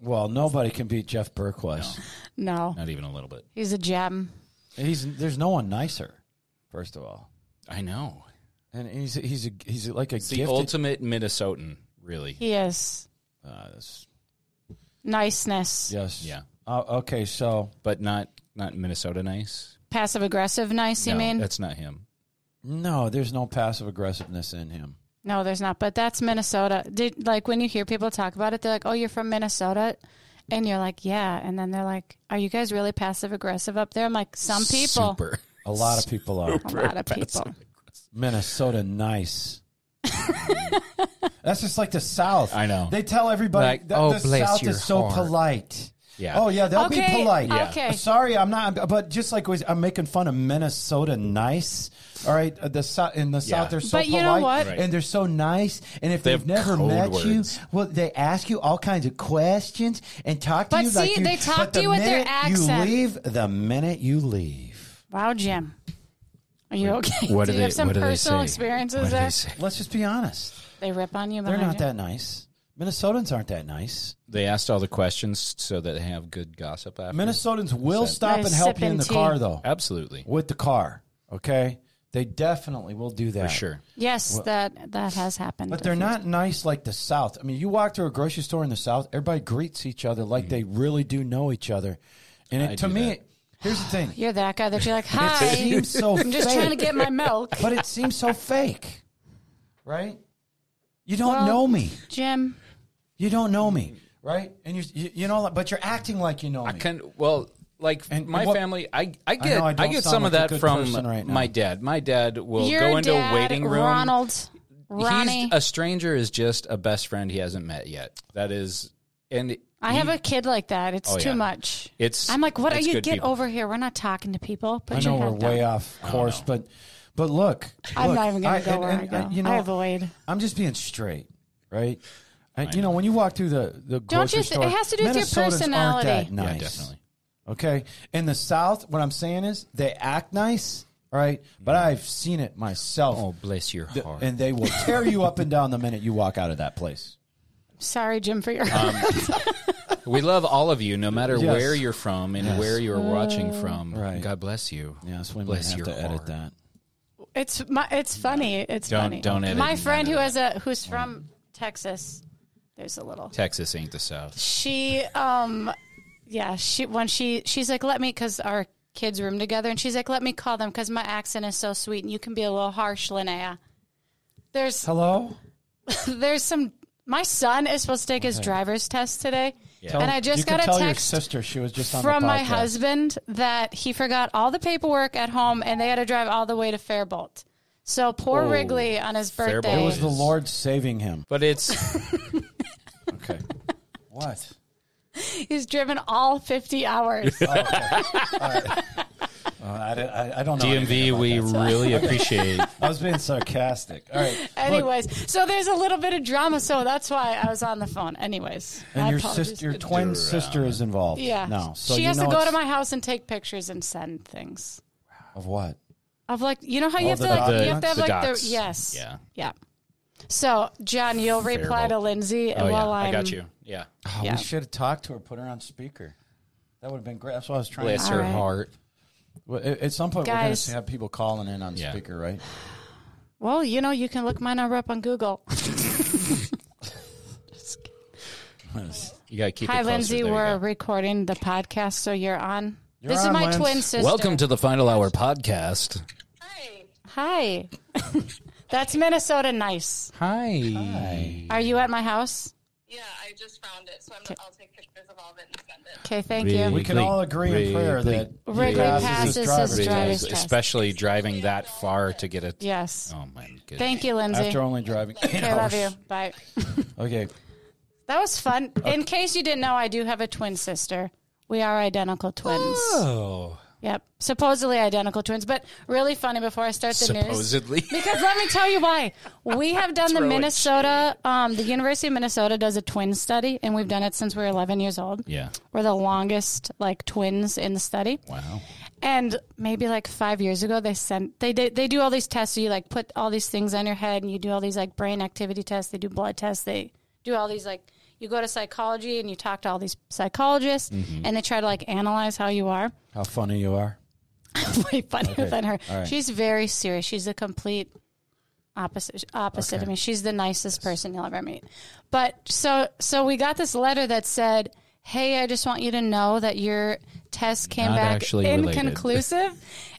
well, nobody can beat Jeff Burquist. No, Not even a little bit. he's a gem. He's there's no one nicer. First of all, I know. and he's he's a, he's like a It's the gifted. ultimate Minnesotan, really. He is Uh, that's- niceness, yes. Yeah. Uh, okay, so But not not Minnesota nice. passive aggressive, nice. no, you mean? that's not him. no, there's no passive aggressiveness in him. No, there's not. But that's Minnesota. Did like when you hear people talk about it, they're like, "Oh, you're from Minnesota," and you're like, "Yeah," and then they're like, "Are you guys really passive aggressive up there?" I'm like, "Some people, Super. A lot of people are a lot of people." Minnesota nice. That's just like the South. I know. They tell everybody Like, that "Oh, the bless South your is so heart." polite. Yeah. Oh yeah, they'll be Okay, polite. Uh, Yeah. okay. Sorry, I'm not. But just like was- I'm making fun of Minnesota nice. All right, uh, the South in the South they're so But you polite know what? and they're so nice. And if They they have have never code met you, words. well, they ask you all kinds of questions and talk to But you see, like you. they talk but to the you with their minute accent. You leave the minute you leave. Wow, Jim, are you okay? what do you do they- have some what do they personal say? What experiences do they there? say? Let's just be honest. They rip on you. They're behind not you? that nice. Minnesotans aren't that nice. They asked all the questions so that they have good gossip after. Minnesotans will stop Nice and help you in sipping the tea. car, though. Absolutely. With the car, okay? They definitely will do that. For sure. Yes, that that has happened. But they're not nice like the South. I mean, you walk through a grocery store in the South, everybody greets each other like they really do know each other. And it, to Mm-hmm. do me, that. here's the thing. You're that guy that you're like, It "Hi, seems so I'm just fake. trying to get my milk." But it seems so fake, right? You don't Well- know me. Jim, You don't know me, right? And you, you, you know, but you're acting like you know me. I can well like And my what- family I, I get know I, I don't get sound some like a of that good from person right now. my dad. My dad will your go into dad, a waiting room. Ronald, Ronnie. He's a stranger is just a best friend he hasn't met yet. That is and I have a kid like that. It's Oh, too yeah. much. It's- I'm like, what are it's you? good Get people. over here. We're not talking to people. Put I know your we're head down. way off course, but but look, I'm look, not even gonna go where I go. I avoid. avoid. I'm just being straight, right? And, you know, when you walk through the the you grocery th- store, it has to do with your Minnesotans aren't personality. that yeah, nice, definitely. Okay, in the South, what I'm saying is they act nice, all right, but I've seen it myself, Oh, bless your Th- heart. and they will tear you up and down the minute you walk out of that place. Sorry, Jim, for your. Um, We love all of you, no matter Yes. where you're from and Yes. where you're watching from. Right. God bless you. Yes, we might Bless have your to edit heart. that. it's my, it's funny. It's Don't- funny. don't edit My and friend who edit has a who's from Texas. There's a little. Texas ain't the South. she um yeah she when she she's like let me because our kids room together and she's like let me call them because my accent is so sweet and you can be a little harsh linnea there's Hello. there's some my son is supposed to take his driver's test today Tell- and i you just can got tell a your text sister she was just on the from my podcast. husband that he forgot all the paperwork at home and they had to drive all the way to fairbolt so poor Oh, wrigley on his Fairbolt. It birthday was the Lord saving him. But it's Okay. what? he's driven all 50 hours Uh, I, di- Oh, I, I don't know. anything DMV. about We that. really appreciate. I was being sarcastic. All right. Look, Anyways, so there's a little bit of drama, so that's why I was on the phone. Anyways, and I your apologize. sister, your twin sister, is involved. yeah, No. So she you has to know go it's- to my house and take pictures and send things. of what? Of like, you know how you All have to, the like, you have to documents? have The like docs. the yes, Yeah. yeah. So John, you'll reply Fairbolt. to Lindsay Oh yeah, while I'm. I got you. Yeah, Oh, Yeah. We should have talked to her, put her on speaker. That would have been great. That's what I was trying. bless to her right. heart. Well, at, at some point, Guys. we're going to have people calling in on Yeah. speaker, right? Well, you know, you can look my number up on Google. You gotta keep. Hi, it closer. Lindsay. There you We're go. recording the podcast, so you're on. You're this on, is my Lindsay. twin sister. Welcome to the final hour podcast. Hi. that's Minnesota. Nice. Hi. Are you at my house? Yeah, I just found it, so I'm, I'll take pictures of all of it and send it. Okay, thank you. We can all agree in prayer that Wrigley passes his driver's Because test. especially driving that far to get a. Yes. Oh my goodness. Thank you, Lindsay. after only driving. Eight okay, love hours. you. Bye. Okay. That was fun. In case you didn't know, I do have a twin sister. We are identical twins. Oh, Yep. Supposedly identical twins, but really funny before I start the news. supposedly. Because let me tell you why. We have done the Minnesota, um, the University of Minnesota does a twin study, and we've done it since we were 11 years old. Yeah. We're the longest, like, twins in the study. Wow. And maybe like five years ago, they sent they they, they do all these tests. So you like put all these things on your head, and you do all these like brain activity tests. They do blood tests. They do all these like you go to psychology and you talk to all these psychologists, Mm-hmm. and they try to like analyze how you are. How funny you are. Way funnier than her. All right. She's very serious. She's the complete opposite opposite of me. She's the nicest person you'll ever meet. But so so we got this letter that said, "Hey, I just want you to know that your test came Not back actually related. inconclusive,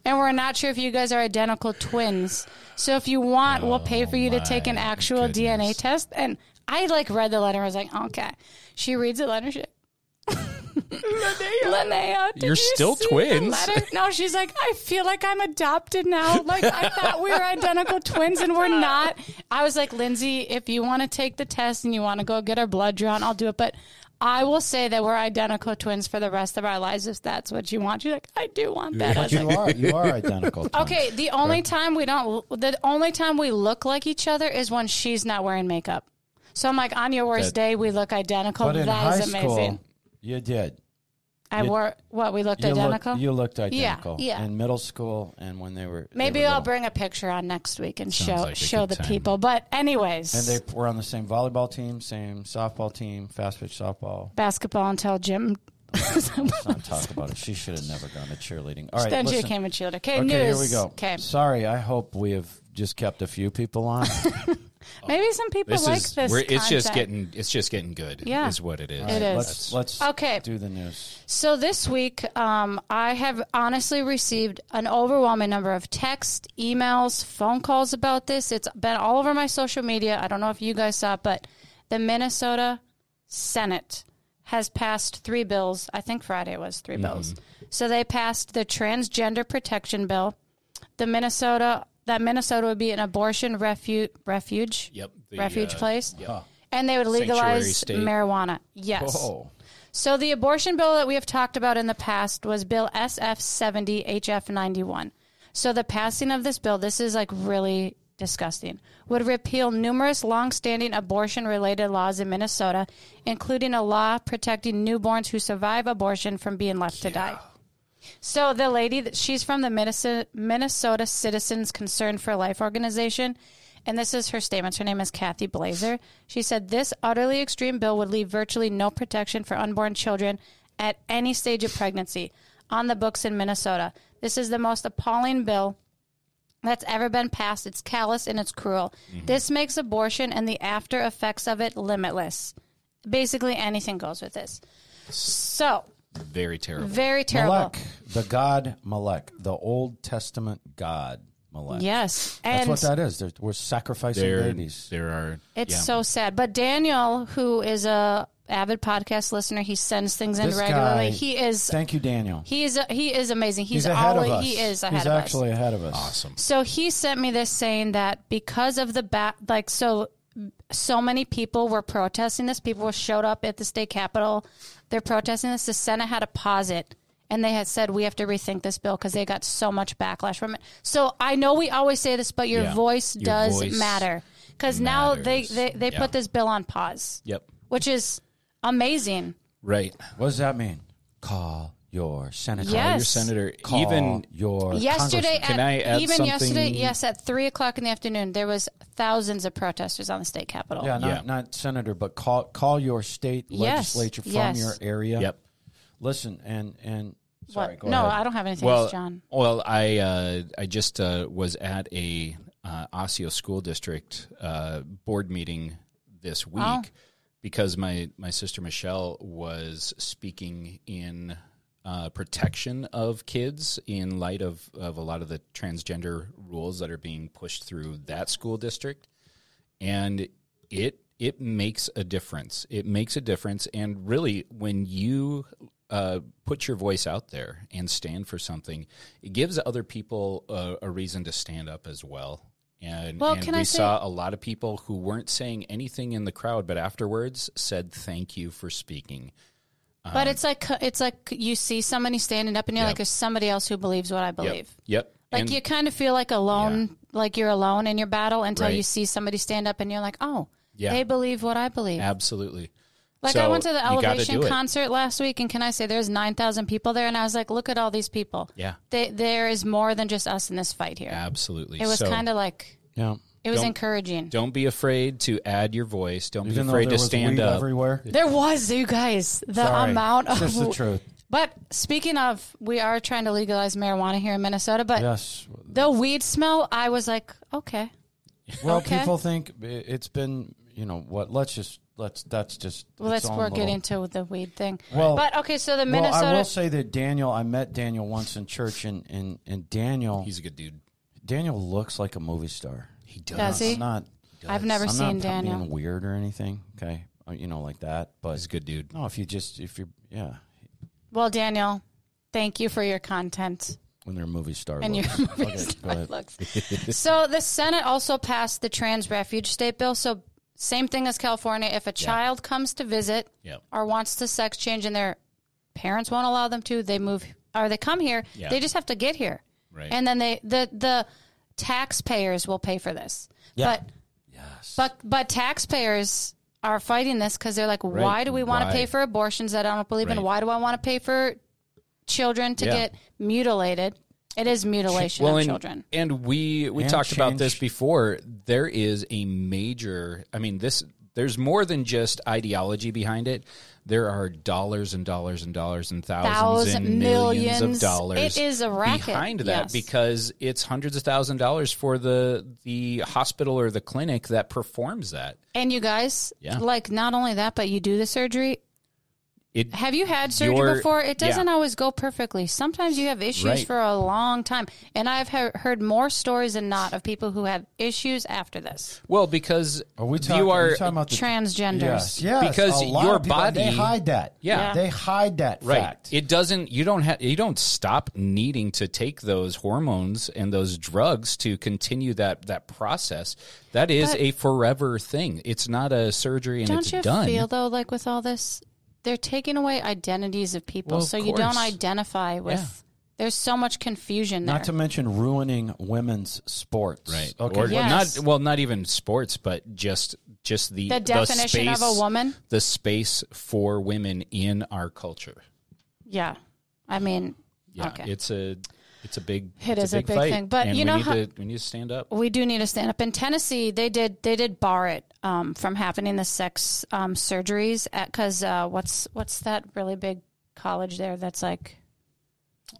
and we're not sure if you guys are identical twins. So if you want, we'll pay for you to take an Oh my actual goodness. DNA test." And I like read the letter. I was like, "Okay." She reads the letter. She, Linnea, did You're you still see the twins. letter? No, she's like, I feel like I'm adopted now. Like I thought we were identical twins and we're not. I was like, Lindsay, if you want to take the test and you want to go get our blood drawn, I'll do it. But I will say that we're identical twins for the rest of our lives if that's what you want. She's like, I do want that. I But was like, you are. You are identical. okay, the only time we don't, the only time we look like each other is when she's not wearing makeup. So I'm like, on your worst That- day, we look identical. But That is in high amazing. school, you did. I you- wore what we looked You looked, identical. you looked identical. yeah. In middle school and when they were. they Maybe were I'll little. bring a picture on next week and Sounds show like a show good the time. people. But anyways, And they were on the same volleyball team, same softball team, fast pitch softball. basketball until Jim Let's not talk about it. She should have never gone to cheerleading. All right, then she listen. came and shielded. Okay, okay, news. here we go. Okay, Sorry, I hope we have just kept a few people on. maybe some people This like is. this. we're, it's just content. getting. It's just getting good. Yeah. Is what it is. It is. Let's let's Okay. do the news. So this week, um, I have honestly received an overwhelming number of texts, emails, phone calls about this. It's been all over my social media. I don't know if you guys saw, it, but the Minnesota Senate has passed three bills. I think Friday was Mm-hmm. 3 bills. So they passed the transgender protection bill, the Minnesota that Minnesota would be an abortion refuge refuge Yep. the, refuge uh, place, Yep. and they would legalize state. marijuana. Yes. Oh, So the abortion bill that we have talked about in the past was Bill SF 70 HF 91. So the passing of this bill, this is like really disgusting, would repeal numerous longstanding abortion related laws in Minnesota, including a law protecting newborns who survive abortion from being left to die. So the lady, that she's from the Minnesota, Minnesota Citizens Concern for Life organization, and this is her statement. Her name is Kathy Blazer. She said this utterly extreme bill would leave virtually no protection for unborn children at any stage of pregnancy on the books in Minnesota. This is the most appalling bill that's ever been passed. It's callous and it's cruel. This makes abortion and the after effects of it limitless. Basically, anything goes with this. So, Very terrible. very terrible. Malek, the god Malek, the Old Testament god Malek. Yes. That's And what that is. They're, we're sacrificing There, babies. there are. It's yeah. so sad. But Daniel, who is a avid podcast listener, he sends things in This regularly. guy- he is Thank you, Daniel. he is he is amazing. He's, He's ahead always of us. he is ahead He's of us. actually ahead of us. awesome. So he sent me this saying that because of the bat, like so, so many people were protesting this. People showed up at the state capitol. They're protesting this. The Senate had to pause it, and they had said we have to rethink this bill because they got so much backlash from it. So I know we always say this, but your Yeah. voice Your does voice matter because now they matters. they, they Yeah. put this bill on pause, Yep. which is amazing. Right. What does that mean? Call your senator. Yes. Your senator. Call even your Yesterday, congressman. at, Uh, Can I add even yesterday, something? yes, at three o'clock in the afternoon, there was thousands of protesters on the state capitol. Yeah, not, Yeah. not senator, but call call your state Yes, legislature from yes. your area. Yep. Listen and and sorry, What? go no, ahead. I don't have anything well, else, John. Well, I uh, I just uh, was at a uh, Osseo School District uh, board meeting this week Oh. because my my sister Michelle was speaking in. Uh, protection of kids in light of, of a lot of the transgender rules that are being pushed through that school district and it it makes a difference. It makes a difference, and really, when you uh, put your voice out there and stand for something, it gives other people a, a reason to stand up as well. And, Well, and can we I say- saw a lot of people who weren't saying anything in the crowd, but afterwards said thank you for speaking. um, but it's like it's like you see somebody standing up, and you're Yep. like, "There's somebody else who believes what I Yep. believe." Yep. Like And- you kind of feel like alone, like you're alone in your battle until Right. you see somebody stand up, and you're like, "Oh, Yeah. they believe what I believe." absolutely. Like So I went to you the gotta Elevation do it. concert last week, and can I say there's nine thousand people there, and I was like, "Look at all these people." Yeah. They, there is more than just us in this fight here. Absolutely. It was So- kind of like yeah. it was Don't- encouraging. Don't be afraid to add your voice. Don't Even be though afraid there to was stand weed up. everywhere. There was, you guys, the Sorry. amount of It's just the truth. But speaking of, we are trying to legalize marijuana here in Minnesota. But Yes. the weed smell, I was like, okay, Well, Okay. people think i- it's been, you know, what? Let's just let's that's just well, its let's own we're little- getting to the weed thing. Well- but okay, so the Well, Minnesota, I will say that Daniel, I met Daniel once in church, and and, and Daniel, He's a good dude. Daniel looks like a movie star. He Does he? I'm not. I've never I'm seen not Daniel. being weird or anything. Okay, Uh, you know, like that. But He's a good dude. no, if you just if you're yeah, Well, Daniel, thank you for your content. when they're a movie star, and your looks. movie star looks. so the Senate also passed the trans refuge state bill. So same thing as California. If a child comes to visit Yeah. or wants to sex change and their parents won't allow them to, they move or they come here. Yeah. They just have to get here, Right. and then they the the taxpayers will pay for this. But but but taxpayers are fighting this because they're like, why do we want to Why? pay for abortions that I don't believe in? Right. Why do I want to pay for children to Yeah. get mutilated? It is mutilation of and, children. And we we And talked about this change. before. There is a major. I mean, this there's more than just ideology behind it. There are dollars and dollars and dollars and thousands Thousand- and millions, millions. of dollars. It is a racket, behind that yes. because it's hundreds of thousand dollars for the the hospital or the clinic that performs that. And you guys, Yeah. like not only that, but you do the surgery. It Have you had surgery Your- before? It doesn't yeah. always go perfectly. Sometimes you have issues Right. for a long time. And I've he- heard more stories than not of people who have issues after this. well because Are we talking, you are, are you talking about the Transgenders. Yes, yes, Because a lot your of people, and they body- hide that. Yeah. they hide that right fact. it doesn't you don't have you don't stop needing to take those hormones and those drugs to continue that that process that is But- a forever thing it's not a surgery and Don't it's you done feel though, like with all this, they're taking away identities of people, Well, of so you don't course. identify with. There's so much confusion there. Not to mention ruining women's sports. right Okay. or Yes. not well not even sports but just just the the definition of a space- woman. the space for women in our culture Yeah, I mean, yeah okay. it's a It's a big. It it's is a big fight, thing, but and you we know need how- to, we need to stand up. we do need to stand up. In Tennessee, they did they did bar it um, from happening the sex um, surgeries because uh, what's what's that really big college there that's like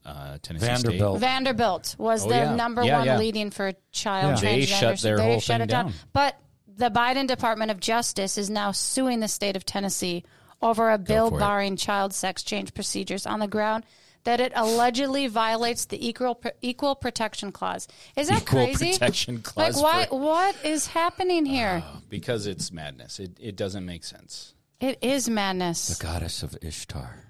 Uh, Tennessee State. Vanderbilt. Vanderbilt was Oh, the yeah. number Yeah, one yeah. leading for child Yeah. They transgender. shut their they whole shut thing it down. down. But the Biden Department of Justice is now suing the state of Tennessee over a bill for it. barring child sex change procedures on the ground that it allegedly violates the equal equal protection clause. Is that Equal crazy? protection Like clause why? for- Uh, What is happening here? because it's madness. It it doesn't make sense. It is madness. The goddess of Ishtar.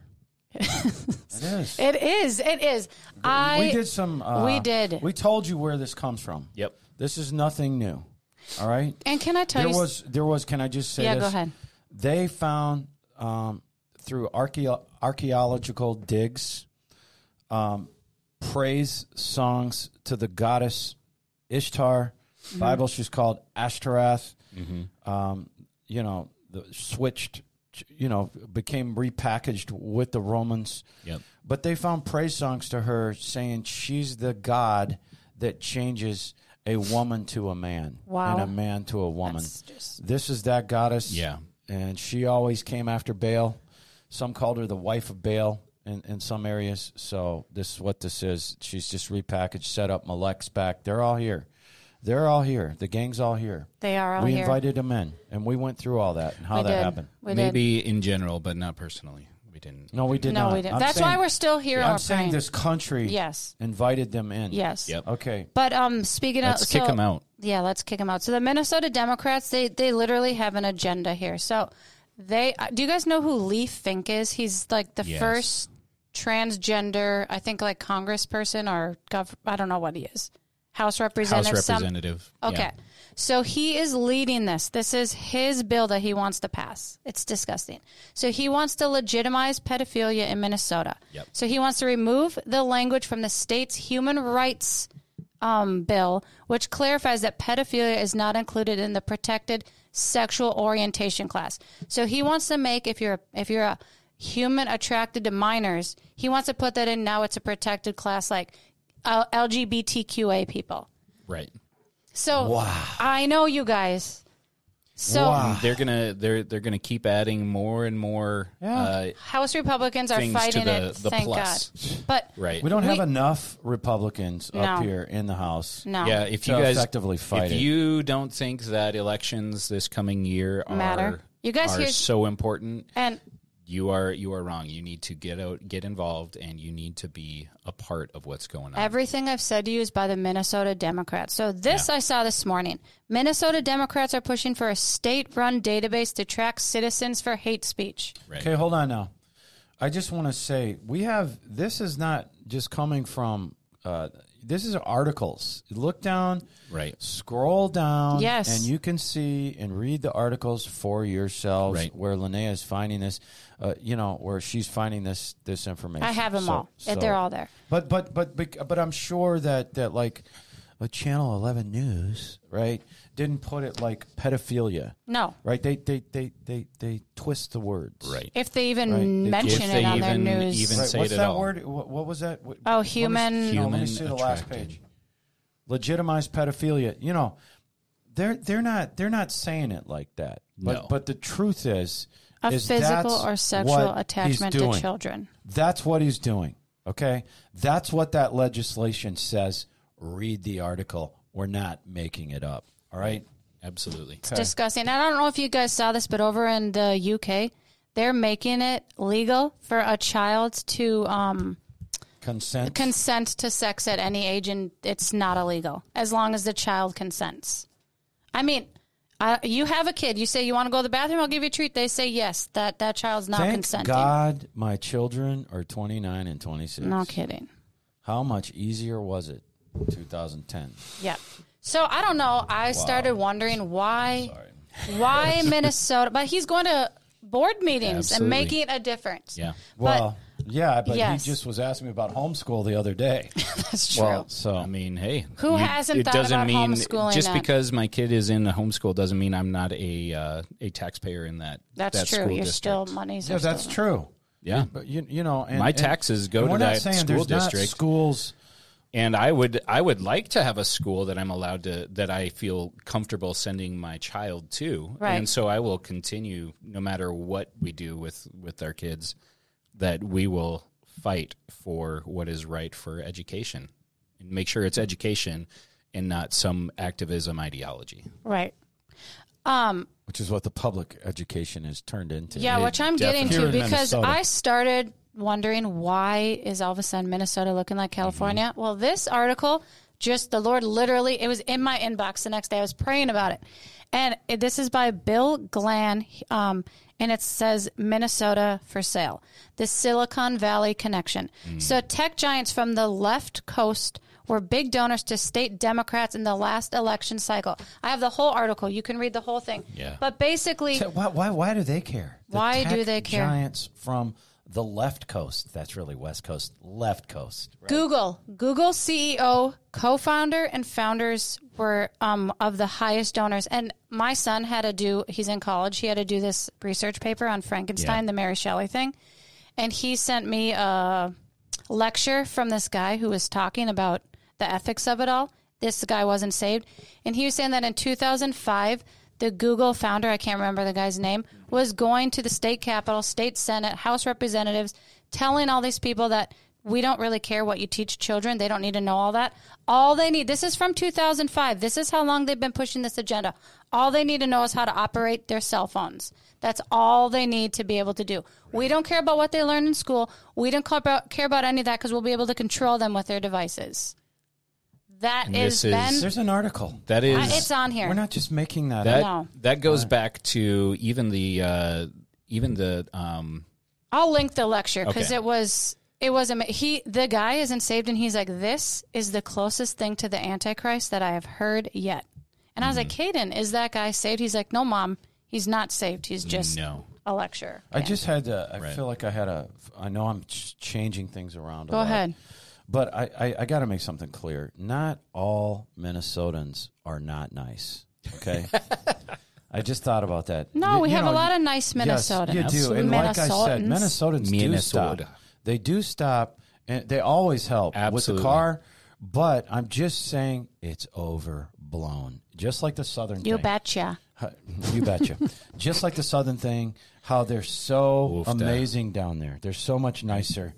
it is. It is. It is. I we did some. Uh, we did. We told you where this comes from. Yep. This is nothing new. All right. And can I tell There you? was. There was. Can I just say? Yeah, go this? ahead. They found um, through archeo- archaeological digs, um, praise songs to the goddess Ishtar. Bible, she's called Ashtaroth. Um, you know, the, switched. You know, became repackaged with the Romans. Yep. But they found praise songs to her saying she's the God that changes a woman to a man Wow. and a man to a woman. That's just- This is that goddess. Yeah. And she always came after Baal. Some called her the wife of Baal in, in some areas. So this is what this is. She's just repackaged, set up, Malek's back. They're all here. They're all here. The gang's all here. they are all we here. invited them in, and we went through all that and how we that did. happened. We did. Maybe in general, but not personally. We didn't. No, we did No, not. we didn't. I'm That's saying- why we're still here. and I'm we're saying praying. this country Yes. invited them in. Yes. Yep. Okay. But um, speaking Let's of, kick so- 'em out. Yeah, let's kick them out. So the Minnesota Democrats, they they literally have an agenda here. So they uh, do you guys know who Lee Fink is? He's like the Yes. first transgender, I think, like Congressperson or gov. I don't know what he is. House House representative. some- representative. Yeah. Okay. So he is leading this. This is his bill that he wants to pass. It's disgusting. So he wants to legitimize pedophilia in Minnesota. Yep. So he wants to remove the language from the state's human rights um, bill, which clarifies that pedophilia is not included in the protected sexual orientation class. So he wants to make if you're if you're a human attracted to minors, he wants to put that in. Now it's a protected class, like uh, LGBTQA people. Right. So I know you guys. So They're gonna they're they're gonna keep adding more and more. Uh, House Republicans are Things to fighting the- it. the thank plus. God. But right. We don't have enough Republicans up No. here in the House. no, Yeah, if to you guys effectively fight if it. you don't think that elections this coming year are Matter. You guys are hear- so important, and you are you are wrong. You need to get out, get involved, and you need to be a part of what's going on. everything I've said to you is by the Minnesota Democrats. So this I saw this morning. Minnesota Democrats are pushing for a state-run database to track citizens for hate speech. right. Okay, hold on now. I just want to say we have this is not just coming from uh, this is articles. Look down, Right. scroll down, Yes. and you can see and read the articles for yourselves. Right. Where Linnea is finding this, uh, you know, where she's finding this this information. I have them So- all. so- They're all there. But but but bec- but I'm sure that that like a Channel 11 News right didn't put it like pedophilia. No, Right, they they, they, they they twist the words. Right. if they even Right. If mention they it on even- their news. even- Right, say what's it at that all. word? What, what was that? What- Oh, what was- human- no, let me Human see the last attracted. page. Legitimized pedophilia. You know, they're they're not they're not saying it like that. But No. but the truth is, a is physical that's or what sexual he's attachment to doing. children. That's what he's doing. Okay, that's what that legislation says. Read the article. We're not making it up. All right. Absolutely. It's disgusting. And I don't know if you guys saw this, but over in the UK, they're making it legal for a child to um, Consent. consent to sex at any age, and it's not illegal as long as the child consents. I mean, I, you have a kid. You say you want to go to the bathroom. I'll give you a treat. They say yes. That that child's not Thank consenting. God, my children are twenty nine and twenty six. No kidding. How much easier was it? 2010. Yeah. So I don't know. I started wondering why why Minnesota, but he's going to board meetings Absolutely. and making a difference. Yeah. Well, yeah, but Yes. he just was asking me about homeschool the other day. That's true. so I mean, hey, Who hasn't It thought doesn't about mean homeschooling just that? because my kid is in a homeschool doesn't mean I'm not a uh, a taxpayer in that. That's that true. School You're district. still money's. yeah, are that's still- true. Yeah. But you, you know, and, My and- taxes go and to we're not that saying school there's not district. schools And I would I would like to have a school that I'm allowed to that I feel comfortable sending my child to. Right. And so I will continue no matter what we do with with our kids that we will fight for what is right for education and make sure it's education and not some activism ideology. Right. Um, which is what the public education is turned into. yeah, which I'm getting to definitely- Here in because Minnesota. I started wondering why is all of a sudden Minnesota looking like California? Mm-hmm. Well, this article just the Lord literally it was in my inbox the next day. I was praying about it, and it, this is by Bill Glan, um, and it says Minnesota for sale. The Silicon Valley connection. Mm. So tech giants from the left coast were big donors to state Democrats in the last election cycle. I have the whole article. You can read the whole thing. Yeah. But basically, So Why, why, why do they care? The Why do tech they care? Giants from the left coast. That's really West Coast, left coast. Google, Google CEO, co-founder, and founders were um, of the highest donors. And my son had to do; he's in college. He had to do this research paper on Frankenstein, the Mary Shelley thing, and he sent me a lecture from this guy who was talking about the ethics of it all. This guy wasn't saved, and he was saying that in 2005, the Google founder, I can't remember the guy's name, was going to the state capitol, state senate, House representatives, telling all these people that we don't really care what you teach children. They don't need to know all that. All they need, this is from 2005. This is how long they've been pushing this agenda. All they need to know is how to operate their cell phones. That's all they need to be able to do. We don't care about what they learn in school. We don't care about, care about any of that because we'll be able to control them with their devices. That And is this is- then. There's an article. That is I- it's on here. We're not just making that, up. that No. that goes back to even the uh, even the um, I'll link the lecture because Okay. it was it was ama- he the guy isn't saved and he's like this is the closest thing to the antichrist that I have heard yet. And I was like, Mm-hmm. Caden, is that guy saved? He's like, no, mom, he's not saved. He's just no a lecturer. Mm, I just had to, I Right. feel like I had a, I know I'm ch- changing things around a Go lot. ahead. But I, I, I got to make something clear. Not all Minnesotans are not nice. Okay. I just thought about that. No, You- we you have a know, lot you- of nice Minnesotans. Yes, you do. And like I said, Minnesotans do Minnesota. stop. They do stop, and they always help with the Absolutely. car. But I'm just saying it's overblown. Just like the southern You thing. betcha. Huh, You betcha. Just like the Southern thing, how they're so amazing down there. They're so much nicer.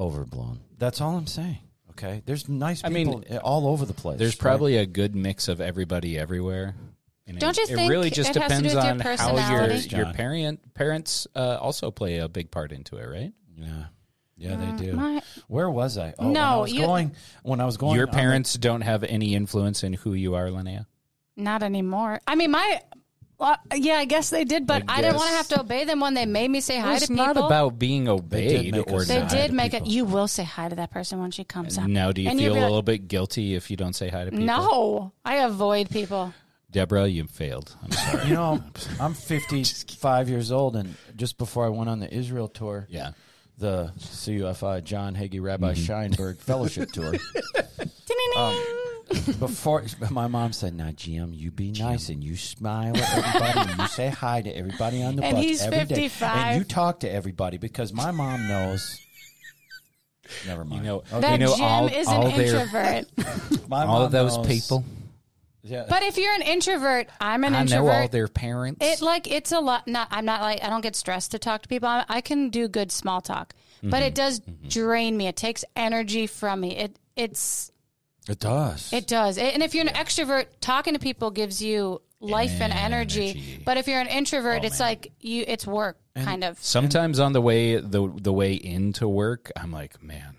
Overblown. That's all I'm saying. Okay. There's nice I mean, people eh, all over the place. There's right? probably a good mix of everybody everywhere. And Don't you it, think it really just it has to do depends with your on how your personality? your parent parents uh, also play a big part into it, right? Yeah. Yeah, they do. my- Where was I? Oh, when I No, was you- going when I was going your on the- parents don't have any influence in who you are, Linnea. Not anymore. I mean, my. Well, yeah, I guess they did, but I, I didn't want to have guess. to obey them when they made me say hi It's to people. not about being obeyed make or us- they not. did make it. people. You will say hi to that person when she comes up. Now, do you And you'd feel be a like, little bit guilty if you don't say hi to people? No, I avoid people. Deborah, you failed. I'm sorry. You know, I'm 55 years old, and just before I went on the Israel tour, yeah, the CUFI John Hagee Rabbi Scheinberg Fellowship Tour, Um, before my mom said, "Now, Jim, you be nice and you smile at everybody and you say hi to everybody on the And bus he's every day, 55. and you talk to everybody because my mom knows." Never mind. you know, That you know Jim all, is all an their- introvert. My all mom of those knows- people. Yeah, but if you're an introvert, I'm an I know all introvert. their parents. It like it's a lot. Not I'm not like I don't get stressed to talk to people. I, I can do good small talk, but Mm-hmm. it does drain me. It takes energy from me. It it's it does. it does. It, and if you're an extrovert, talking to people gives you life and energy. Energy. Oh, But if you're an introvert, it's like you it's work kind of. Sometimes on the way the the way into work, I'm like, man,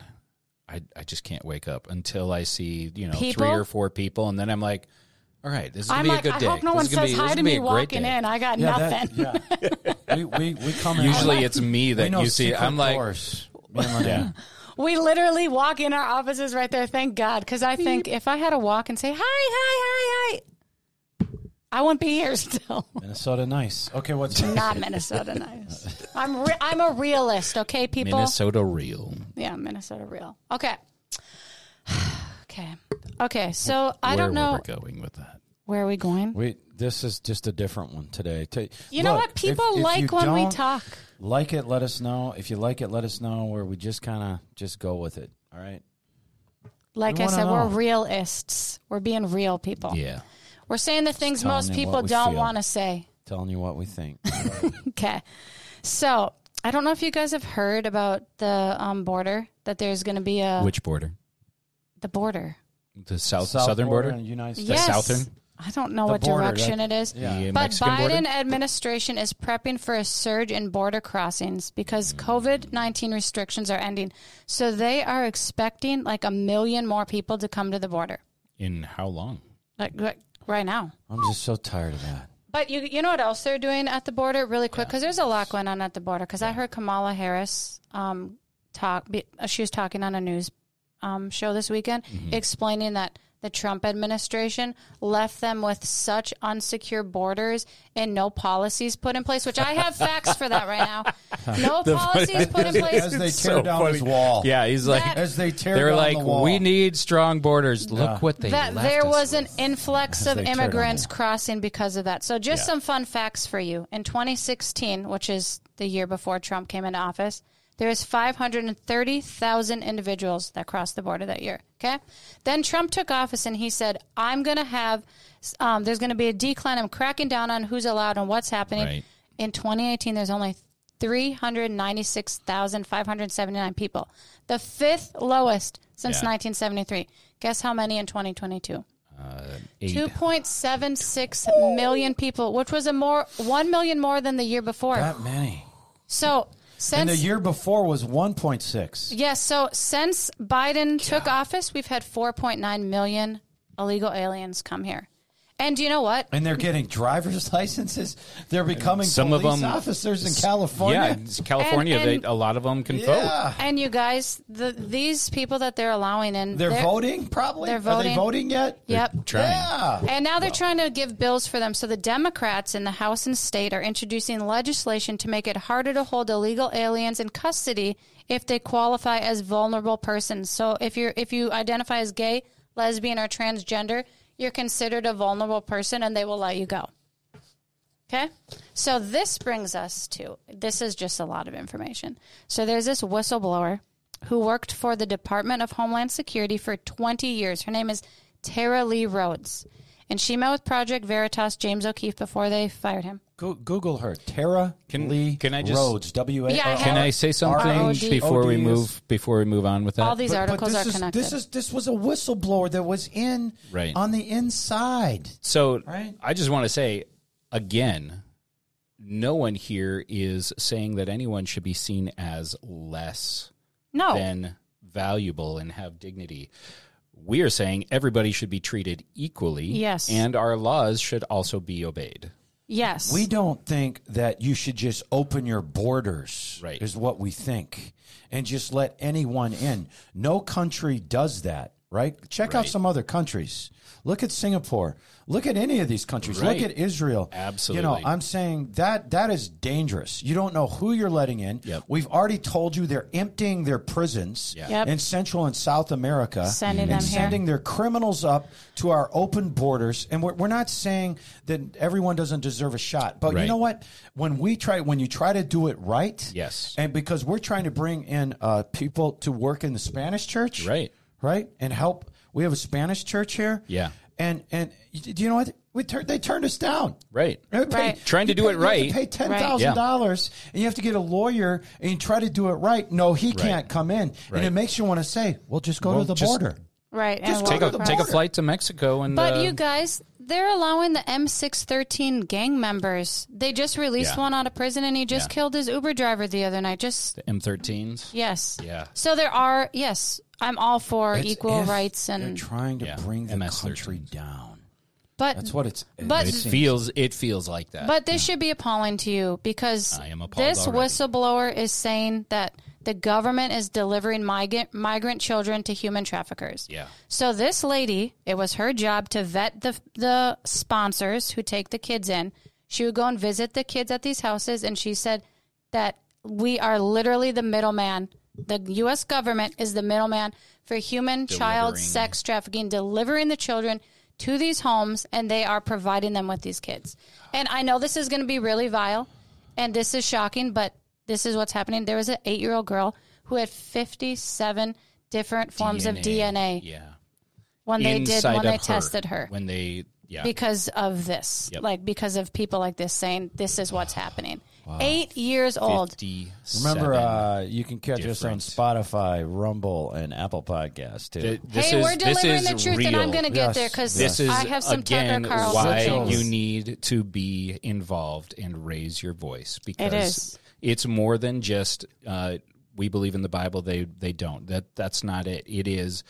I I just can't wake up until I see you know People? three or four people, and then I'm like, all right, this is gonna I'm be like a good I day. hope no This one is gonna says be- this hi is to gonna be me a great walking day." in. I got yeah, nothing. That, yeah. we, we we come in Usually it's me we that know you see. secret I'm like, doors. Me and Renee. We literally walk in our offices right there. Thank God, because I think if I had to walk and say hi, hi, hi, hi, I wouldn't be here still. Minnesota nice. Okay, what's Not Minnesota nice. I'm re- I'm a realist. Okay, people. Minnesota real. Yeah, Minnesota real. Okay. okay. Okay. So I Where don't know were we going with that? where are we going. We this is just a different one today. Ta- you know Look, what? if- People if you like when we don't talk. Like it, let us know. If you like it, let us know where we just kind of just go with it. All right. Like We I wanna said, we're know. realists. We're being real people. Yeah. We're saying the things telling most you people what we don't feel. want to say. Telling you what we think. Okay. So I don't know if you guys have heard about the um, border that there's going to be a Which border? the border. The south, southern border. in the United States. yes. southern? I don't know The what border, direction that- it is. Yeah. The But Mexican Biden border. administration is prepping for a surge in border crossings Hmm. because COVID-19 restrictions are ending. So they are expecting like a million more people to come to the border. In how long? Like, like right now. I'm just so tired of that. But you you know what else they're doing at the border really quick because there's a lot going on at the border because I heard Kamala Harris um talk be, uh, she was talking on a news um, show this weekend Mm-hmm. explaining that the Trump administration left them with such unsecure borders and no policies put in place which I have facts for that right now no policies put in place As they tear It's so down funny. his wall. Yeah, he's like That- As they tear they're down like, the wall. we need strong borders. Look what they that left there us was an with. influx of they turned immigrants on crossing because of that. So, just Yeah. some fun facts for you. In 2016, which is the year before Trump came into office, there was 530,000 individuals that crossed the border that year. Okay. Then Trump took office and he said, I'm going to have, um, there's going to be a decline. I'm cracking down on who's allowed and what's happening. Right. In 2018, there's only 396,579 people, the fifth lowest since Yeah. 1973. Guess how many in 2022? Eight. 2.76 million people, which was a more 1 million more than the year before. That many. so, And the since year before was 1.6. yes, so since Biden took office, we've had 4.9 million illegal aliens come here. And you know what? And they're getting driver's licenses. They're becoming Some of police them- officers in Yeah, California. it's California. And- and- they, a lot of them can vote. Yeah. And you guys, the, these people that they're allowing in, They're, voting, probably. they're Are they voting. voting yet? Yep. Trying. Yeah. And now they're trying to give bills for them. So the Democrats in the House and state are introducing legislation to make it harder to hold illegal aliens in custody if they qualify as vulnerable persons. So if you're if you identify as gay, lesbian, or transgender, you're considered a vulnerable person, and they will let you go. Okay. So this brings us to this is just a lot of information. So there's this whistleblower who worked for the Department of Homeland Security for 20 years. Her name is Tara Lee Rhodes. And she met with Project Veritas James O'Keefe before they fired him. Go- Google her. Tara Can- Lee can I just- Rhodes. W A Yeah, I R- have- Can I say something R-O-D. before we R-O-D is- move before we move on with that? All these articles this are is, connected. This is this was a whistleblower that was in Right. on the inside. So Right. I just want to say again, no one here is saying that anyone should be seen as less no. than valuable and have dignity. We are saying everybody should be treated equally. Yes. And our laws should also be obeyed. yes. We don't think that you should just open your borders, Right. is what we think, and just let anyone in. No country does that, right? Check out some other countries. Look at Singapore. Look at any of these countries. Right. Look at Israel. Absolutely. You know, I'm saying that that is dangerous. You don't know who you're letting in. Yep. We've already told you they're emptying their prisons Yeah. Yep. in Central and South America Sending and them here. sending their criminals up to our open borders. And we're, we're not saying that everyone doesn't deserve a shot, but you Right. know what? When we try, when you try to do it right, Yes. and because we're trying to bring in uh, people to work in the Spanish church, Right. right, and help. We have a Spanish church here, Yeah. and and y- do you know what? We tur- they turned us down. Right. They pay- Right. Trying to you do pay- it you have right. Pay Right. ten thousand dollars, and you have to get a lawyer and you try to do it right. No, he can't come in, and Right. it makes you want to say, "Well, just go to the just- border." right. and Just we'll take Go the cross- take a border. flight to Mexico and But uh, you guys, they're allowing the M613 gang members. They just released Yeah. one out of prison and he just Yeah. killed his Uber driver the other night. Just M13s. yes. Yeah. So there are yes, I'm all for It's equal if rights they're and trying to Yeah, bring the MS-13. country down. but That's what it's. But- it It seems. feels it feels like that. But this should be appalling to you because I am appalled this already. whistleblower is saying that the government is delivering migrant migrant children to human traffickers. yeah. So this lady, it was her job to vet the the sponsors who take the kids in. She would go and visit the kids at these houses, and she said that we are literally the middleman. The U.S. government is the middleman for human child Delivering. sex trafficking, delivering the children to these homes, and they are providing them with these kids. And I know this is going to be really vile, and this is shocking, but this is what's happening. There was an eight year old girl who had 57 different forms of DNA Yeah. when they did Inside when of they tested her When they yeah. because of this, Yep. like because of people like this saying this is what's happening. Eight years old. 57. Remember, uh, you can catch us on different- Spotify, Rumble, and Apple Podcasts too. Th- this hey, is- we're this delivering is the truth, and I'm real. going to get Yes. there because This is I have some again Tucker Carlson why jokes. you need to be involved and raise your voice because is. it's more than just uh, we believe in the Bible. They they don't. That that's not it. It is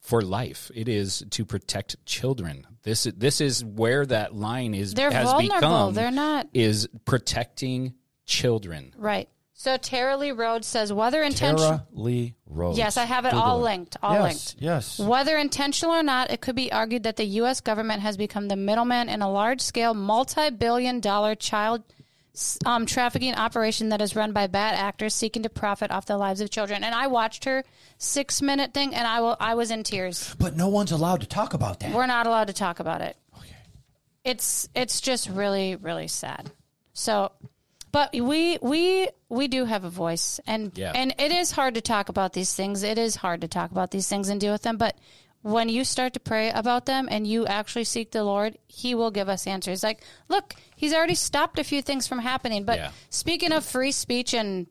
for life. It is to protect children. This this is where that line is. They're has vulnerable. Become, They're not- is protecting children. Right. So Tara Lee Rhodes says whether intentional. Tara Lee Rhodes. Yes, I have it all linked. All yes, linked. Yes. Whether intentional or not, it could be argued that the U.S. government has become the middleman in a large scale, multi billion dollar child um, trafficking operation that is run by bad actors seeking to profit off the lives of children. And I watched her six minute thing and I, will, I was in tears. But no one's allowed to talk about that. We're not allowed to talk about it. It's, it's just really, really sad. So. But we we we do have a voice, and Yeah. and it is hard to talk about these things. It is hard to talk about these things and deal with them. But when you start to pray about them and you actually seek the Lord, He will give us answers. Like, look, He's already stopped a few things from happening. But Yeah. speaking of free speech and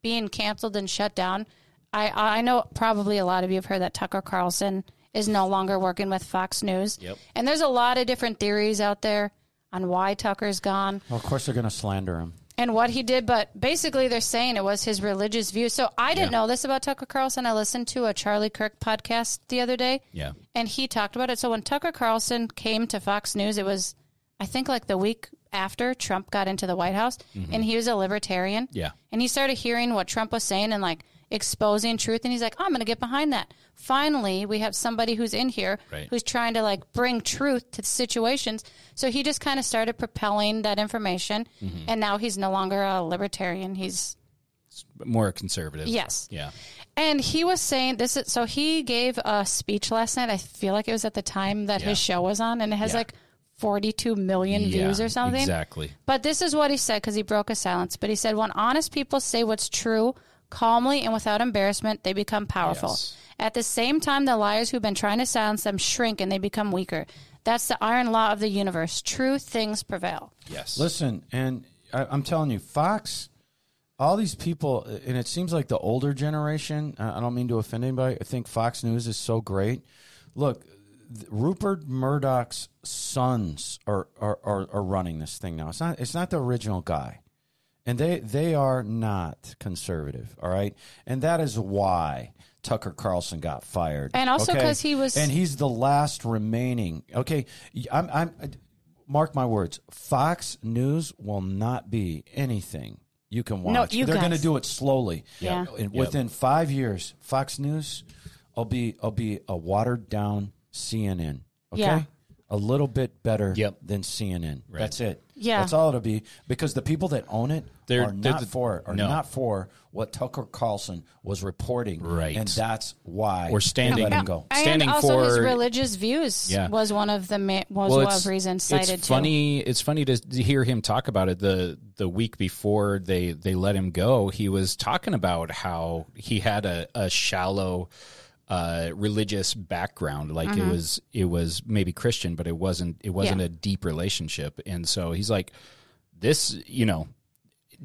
being canceled and shut down, I I know probably a lot of you have heard that Tucker Carlson is no longer working with Fox News. Yep. And there's a lot of different theories out there on why Tucker's gone Well, of course, they're going to slander him. and what he did, but basically they're saying it was his religious view. So I didn't know this about Tucker Carlson. I listened to a Charlie Kirk podcast the other day, Yeah. and he talked about it. So when Tucker Carlson came to Fox News, it was, I think, like the week after Trump got into the White House, Mm-hmm. and he was a libertarian. Yeah. And he started hearing what Trump was saying and like exposing truth. And he's like, I'm going to get behind that. Finally, we have somebody who's in here Right. who's trying to like bring truth to situations. So he just kind of started propelling that information. Mm-hmm. And now he's no longer a libertarian. He's, But more conservative. yes. Yeah. And he was saying this is so he gave a speech last night. I feel like it was at the time that Yeah. his show was on, and it has Yeah. like 42 million Yeah, views or something. Exactly. But this is what he said because he broke a silence. But he said, when honest people say what's true calmly and without embarrassment, they become powerful. Yes. At the same time, the liars who've been trying to silence them shrink and they become weaker. That's the iron law of the universe. True things prevail. Yes. Listen, and I, I'm telling you, Fox, all these people, and it seems like the older generation, I I don't mean to offend anybody, I think Fox News is so great. Look, th- Rupert Murdoch's sons are, are, are, are running this thing now. It's not, it's not the original guy. And they, they are not conservative, all right? And that is why Tucker Carlson got fired. And also okay? 'cause he was- And he's the last remaining. Okay, I'm, I'm mark my words. Fox News will not be anything you can watch. you They're to guys. do it slowly. Yeah. And within five years, Fox News, will be I'll be a watered down CNN. Okay. Yeah. A little bit better Yep. than CNN. That's it. Yeah. that's all it'll be because the people that own it They're- are they're not the- for it, are no. not for what Tucker Carlson was reporting, Right. And that's why Or standing- they let him go. Standing and also his for- religious views Yeah. was one of the ma- was one of reasons cited It's too. funny. It's funny to hear him talk about it. the The week before they they let him go, he was talking about how he had a, a shallow uh, religious background. Like it was it was maybe Christian, but it wasn't it wasn't Mm-hmm. Yeah. a deep relationship. And so he's like, this, you know,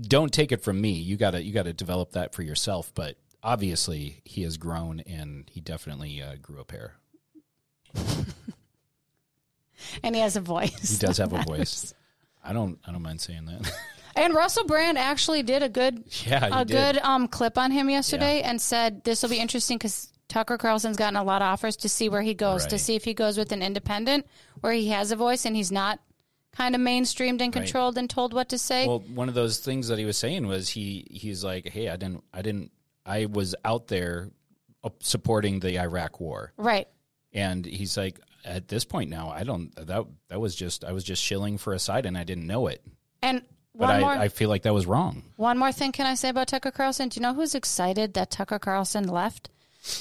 don't take it from me. You gotta you gotta develop that for yourself. But obviously, he has grown and he definitely uh, grew a pair. And he has a voice. He does have a voice. I don't. I don't mind saying that. And Russell Brand actually did a good Yeah, you a did. good um, clip on him yesterday and said this will be interesting because Tucker Carlson's gotten a lot of offers to see where he goes to Right. see if he goes with an independent where he has a voice and he's not kind of mainstreamed and controlled and told what to say. Well, one of those things that he was saying was he he's like, hey, I didn't, I didn't, I was out there uh, supporting the Iraq War, right. and he's like, at this point now, I don't that that was just I was just shilling for a side and I didn't know it, And but one I, more I feel like that was wrong. one more thing can I say about Tucker Carlson? Do you know who's excited that Tucker Carlson left?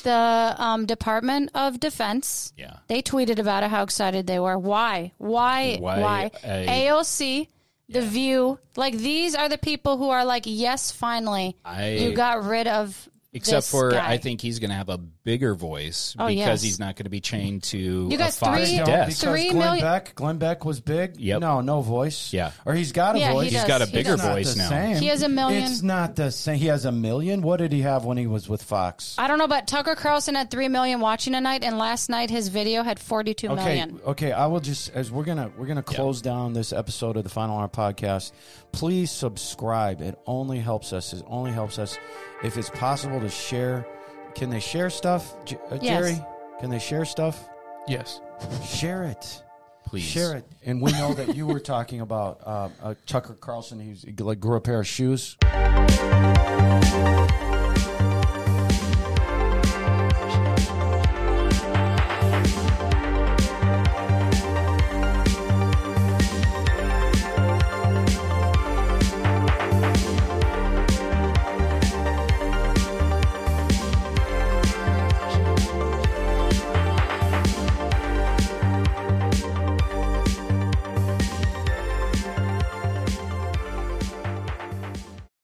The um, Department of Defense. Yeah. They tweeted about it, how excited they were. Why? Why? Why, Why? I- AOC, The View. Like, these are the people who are like, yes, finally, I- you got rid of Except this for, guy. I think he's going to have a bigger voice Oh, because yes. he's not going to be chained to You a guys, Fox three- Don't, desk. because Three Glenn million- Beck. Glenn Beck was big. Yep. No, no voice. Yeah. or he's got a Yeah, he voice. does. He's got a He bigger does. not voice the now. same. He has a million- It's not the same. He has a million. What did he have when he was with Fox? I don't know, but Tucker Carlson had three million watching a night, and last night his video had forty-two million. okay, okay. I will just as we're gonna we're gonna close down this episode of the Final Hour podcast. Please subscribe. It only helps us. It only helps us if it's possible to share. Can they share stuff, J- uh, Yes. Jerry? Can they share stuff? Yes. Share it. Please. Share it. And we know that you were talking about uh, uh, Tucker Carlson. He's he, like grew a pair of shoes.